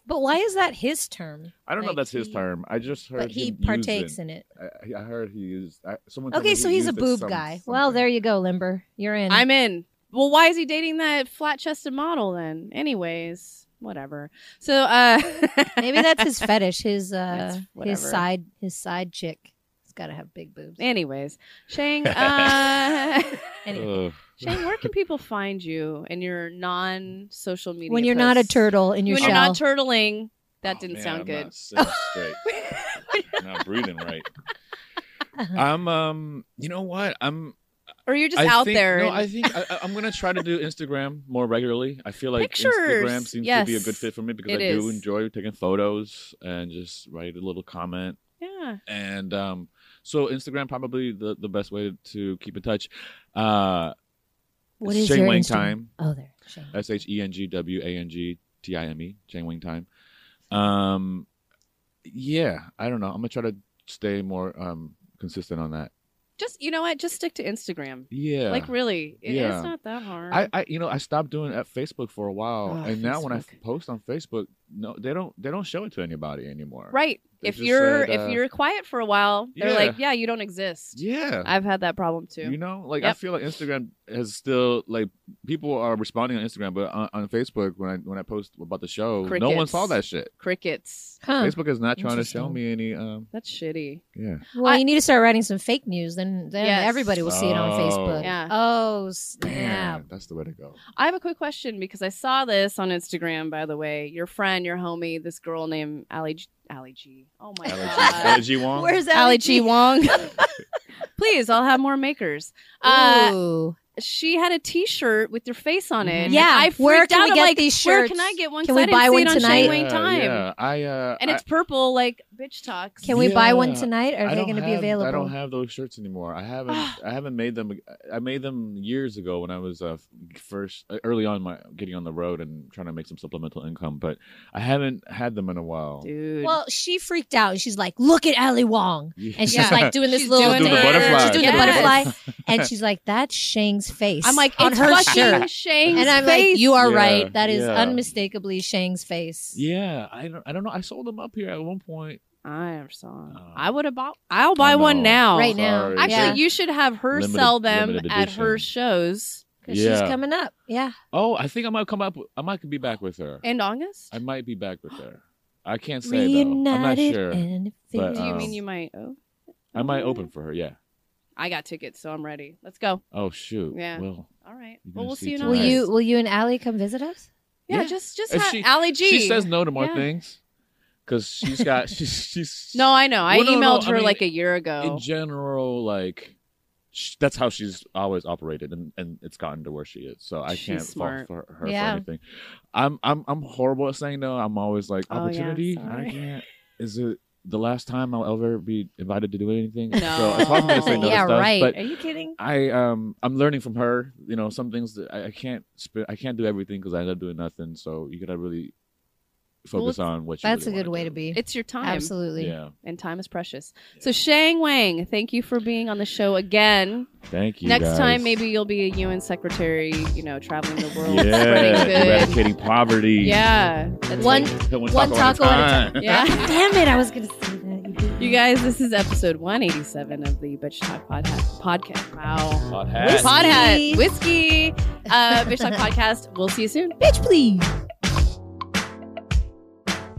Speaker 3: But why is that his term?
Speaker 4: I don't know
Speaker 3: Like,
Speaker 4: if that's his
Speaker 3: he-
Speaker 4: term. I just heard
Speaker 3: But he
Speaker 4: him use
Speaker 3: partakes
Speaker 4: it.
Speaker 3: in it.
Speaker 4: I, I heard he used. I, someone. told
Speaker 3: Okay,
Speaker 4: me
Speaker 3: so
Speaker 4: he
Speaker 3: he's a
Speaker 4: used it
Speaker 3: boob
Speaker 4: some-
Speaker 3: guy. Well,
Speaker 4: something.
Speaker 3: there you go, Limber. You're in.
Speaker 1: I'm in. Well, why is he dating that flat-chested model then? Anyways, whatever. So, uh,
Speaker 3: Maybe that's his fetish. His uh,
Speaker 1: That's
Speaker 3: his
Speaker 1: whatever.
Speaker 3: side his side chick. He's got to have big boobs.
Speaker 1: Anyways, Shang, uh,
Speaker 3: Anyway,
Speaker 4: Ugh.
Speaker 1: Shang, where can people find you in your non-social media?
Speaker 3: when you're not a
Speaker 1: posts?
Speaker 3: turtle in your
Speaker 1: when
Speaker 3: shell,
Speaker 1: you're not turtling, that
Speaker 4: Oh,
Speaker 1: didn't
Speaker 4: man,
Speaker 1: sound
Speaker 4: I'm
Speaker 1: good.
Speaker 4: Not sitting straight. I'm not breathing right. I'm um. You know what? I'm
Speaker 1: or you're just
Speaker 4: I
Speaker 1: out
Speaker 4: think-
Speaker 1: there.
Speaker 4: No,
Speaker 1: and-
Speaker 4: I think I, I- I'm gonna try to do Instagram more regularly. I feel like
Speaker 1: Pictures!
Speaker 4: Instagram seems to be a good
Speaker 1: Yes.
Speaker 4: fit for me because
Speaker 1: It
Speaker 4: I do
Speaker 1: is.
Speaker 4: enjoy taking photos and just write a little comment
Speaker 1: yeah.
Speaker 4: and um so instagram probably the, the best way to keep in touch uh
Speaker 3: what
Speaker 4: it's
Speaker 3: is
Speaker 4: Shane
Speaker 3: your
Speaker 4: Wang
Speaker 3: Insta-
Speaker 4: Time. E.
Speaker 3: Oh, there. Shane.
Speaker 4: s-h-e-n-g-w-a-n-g-t-i-m-e chang E, wing time um yeah i don't know i'm gonna try to stay more um consistent on that
Speaker 1: Just you know what? Just stick to Instagram.
Speaker 4: yeah
Speaker 1: Like really, it-
Speaker 4: Yeah.
Speaker 1: it's not that hard.
Speaker 4: I, I you know I stopped doing at Facebook for a while,
Speaker 1: Oh,
Speaker 4: and now when I
Speaker 1: Facebook.
Speaker 4: post on Facebook, no, they don't they don't show it to anybody anymore.
Speaker 1: right.
Speaker 4: They
Speaker 1: If
Speaker 4: just
Speaker 1: you're
Speaker 4: said, uh,
Speaker 1: if you're quiet for a while, they're
Speaker 4: Yeah.
Speaker 1: like, yeah, you don't exist.
Speaker 4: Yeah.
Speaker 1: I've had that problem too.
Speaker 4: You know, like I
Speaker 1: Yep.
Speaker 4: feel like Instagram has still like people are responding on Instagram, but on, on Facebook when I when I post about the show, no one
Speaker 1: Crickets.
Speaker 4: saw that shit.
Speaker 1: Crickets.
Speaker 3: Huh.
Speaker 4: Facebook is not trying to show
Speaker 3: Interesting.
Speaker 4: me any. Um,
Speaker 1: That's shitty.
Speaker 4: yeah,
Speaker 3: Well,
Speaker 1: I-
Speaker 3: you need to start writing some fake news, then then
Speaker 1: Yes.
Speaker 3: everybody will see it on
Speaker 4: Oh.
Speaker 3: Facebook.
Speaker 1: Yeah.
Speaker 3: Oh
Speaker 4: damn,
Speaker 3: snap!
Speaker 4: that's the way to go.
Speaker 1: I have a quick question because I saw this on Instagram. By the way, your friend, your homie, this girl named Ali G. Ali G. Oh my
Speaker 4: Allergy,
Speaker 1: god,
Speaker 4: allergy Wong.
Speaker 3: Where's
Speaker 1: Ali
Speaker 3: that?
Speaker 1: G. Wong. Please, I'll have more makers. Uh,
Speaker 3: Ooh.
Speaker 1: she had a T-shirt with your face on it.
Speaker 3: Mm-hmm. Yeah,
Speaker 1: I freaked
Speaker 3: where can
Speaker 1: out.
Speaker 3: we
Speaker 1: I'm
Speaker 3: get
Speaker 1: like,
Speaker 3: these
Speaker 1: Where
Speaker 3: shirts?
Speaker 1: can I get one? 'Cause
Speaker 3: Can we
Speaker 1: I didn't
Speaker 3: buy
Speaker 1: see
Speaker 3: one
Speaker 1: it on
Speaker 3: tonight?
Speaker 1: Shane
Speaker 4: Yeah,
Speaker 1: Wayne Time,
Speaker 4: Yeah, I uh,
Speaker 1: and it's
Speaker 4: I-
Speaker 1: purple, like bitch talks.
Speaker 3: Can we buy one
Speaker 4: Yeah.
Speaker 3: tonight? Are
Speaker 4: I
Speaker 3: they
Speaker 4: don't
Speaker 3: going to be
Speaker 4: have-
Speaker 3: available?
Speaker 4: I don't have those shirts anymore. I haven't. I haven't made them. I made them years ago when I was uh, first early on my getting on the road and trying to make some supplemental income. But I haven't had them in a while.
Speaker 1: Dude,
Speaker 3: Well, she freaked out. and She's like, "Look at Ali Wong,"
Speaker 4: Yeah.
Speaker 3: and
Speaker 1: Yeah.
Speaker 3: she's like doing this
Speaker 1: She's
Speaker 3: little
Speaker 1: doing the
Speaker 3: dance.
Speaker 1: butterfly.
Speaker 3: She's doing the
Speaker 1: Yes.
Speaker 3: butterfly, and she's like, "That's Shang's face."
Speaker 1: I'm like
Speaker 3: on
Speaker 1: it's
Speaker 3: her
Speaker 1: fucking
Speaker 3: shirt,
Speaker 1: Shane's
Speaker 3: and I'm
Speaker 1: face.
Speaker 3: like, "You are
Speaker 4: Yeah,
Speaker 3: right. That is
Speaker 4: yeah.
Speaker 3: unmistakably Shang's face."
Speaker 4: Yeah, I don't. I don't know. I sold them up here at one point.
Speaker 1: I never saw. it.
Speaker 4: Oh.
Speaker 1: I would have bought. I'll buy one now.
Speaker 3: Right now.
Speaker 4: Sorry.
Speaker 1: Actually,
Speaker 3: Yeah.
Speaker 1: you should have her
Speaker 4: Limited-
Speaker 1: sell them
Speaker 4: limited
Speaker 1: at her
Speaker 4: edition.
Speaker 1: shows
Speaker 3: 'Cause
Speaker 4: Yeah.
Speaker 3: she's coming up. Yeah,
Speaker 4: Oh, I think I might come up. with- I might be back with her.
Speaker 1: in August.
Speaker 4: I might be back with her. I can't say though. I'm not
Speaker 3: reunited
Speaker 4: sure.
Speaker 3: and it
Speaker 4: But,
Speaker 1: Do you
Speaker 4: um,
Speaker 1: mean you might? Oh,
Speaker 4: I might open for her. Yeah.
Speaker 1: I got tickets, so I'm ready. Let's go.
Speaker 4: Oh shoot.
Speaker 1: Yeah.
Speaker 4: Well,
Speaker 1: All right.
Speaker 4: You're
Speaker 1: Well,
Speaker 4: gonna
Speaker 1: we'll
Speaker 4: see
Speaker 1: see you in
Speaker 4: tonight.
Speaker 3: Will
Speaker 1: August.
Speaker 3: you will you and Allie come visit us?
Speaker 1: Yeah,
Speaker 4: Yeah.
Speaker 1: just just
Speaker 4: If
Speaker 1: have
Speaker 4: she-
Speaker 1: Allie G.
Speaker 4: she says no to more
Speaker 1: Yeah.
Speaker 4: things because she's got she's she's
Speaker 1: No, I know. I
Speaker 4: Well, no,
Speaker 1: emailed
Speaker 4: no, I
Speaker 1: her
Speaker 4: mean,
Speaker 1: like a year ago.
Speaker 4: in general, like sh- that's how she's always operated, and, and it's gotten to where she is. So I
Speaker 1: She's
Speaker 4: can't
Speaker 1: smart.
Speaker 4: fault for her
Speaker 3: Yeah.
Speaker 4: for anything. I'm I'm I'm horrible at saying no. I'm always like
Speaker 1: Oh, yeah,
Speaker 4: opportunity. I
Speaker 1: sorry.
Speaker 4: can't. Is it the last time I'll ever be invited to do anything?
Speaker 1: No.
Speaker 4: So it's hard for me to say no to
Speaker 3: Yeah,
Speaker 4: stuff,
Speaker 3: right.
Speaker 4: But
Speaker 1: Are you kidding?
Speaker 4: I um I'm learning from her. You know, some things that I, I can't sp- I can't do everything because I end up doing nothing. So you gotta really focus on what you
Speaker 3: That's
Speaker 4: really
Speaker 3: a good
Speaker 4: wanna
Speaker 3: way to
Speaker 4: do.
Speaker 3: be.
Speaker 1: It's your time.
Speaker 3: Absolutely.
Speaker 4: Yeah.
Speaker 1: And time is precious. So Shang Wang, thank you for being on the show again.
Speaker 4: Thank you.
Speaker 1: Next
Speaker 4: guys.
Speaker 1: time, maybe you'll be a UN secretary. You know, traveling the world,
Speaker 4: Yeah.
Speaker 1: spreading good.
Speaker 4: Eradicating poverty.
Speaker 1: Yeah, that's
Speaker 3: One-
Speaker 1: like-
Speaker 3: one taco at
Speaker 4: time.
Speaker 1: yeah.
Speaker 3: Damn it! I was gonna say that. did
Speaker 1: You guys, this is episode 187 of the Bitch Talk Pod- Podcast. Wow.
Speaker 4: Hot
Speaker 3: Whiskey.
Speaker 4: hat.
Speaker 1: Pod Hat Whiskey. Uh, Bitch Talk Podcast. We'll see you soon.
Speaker 3: Bitch, please.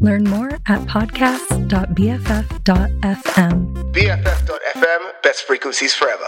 Speaker 6: Learn more at podcasts.bff.fm.
Speaker 7: BFF.FM, best frequencies forever.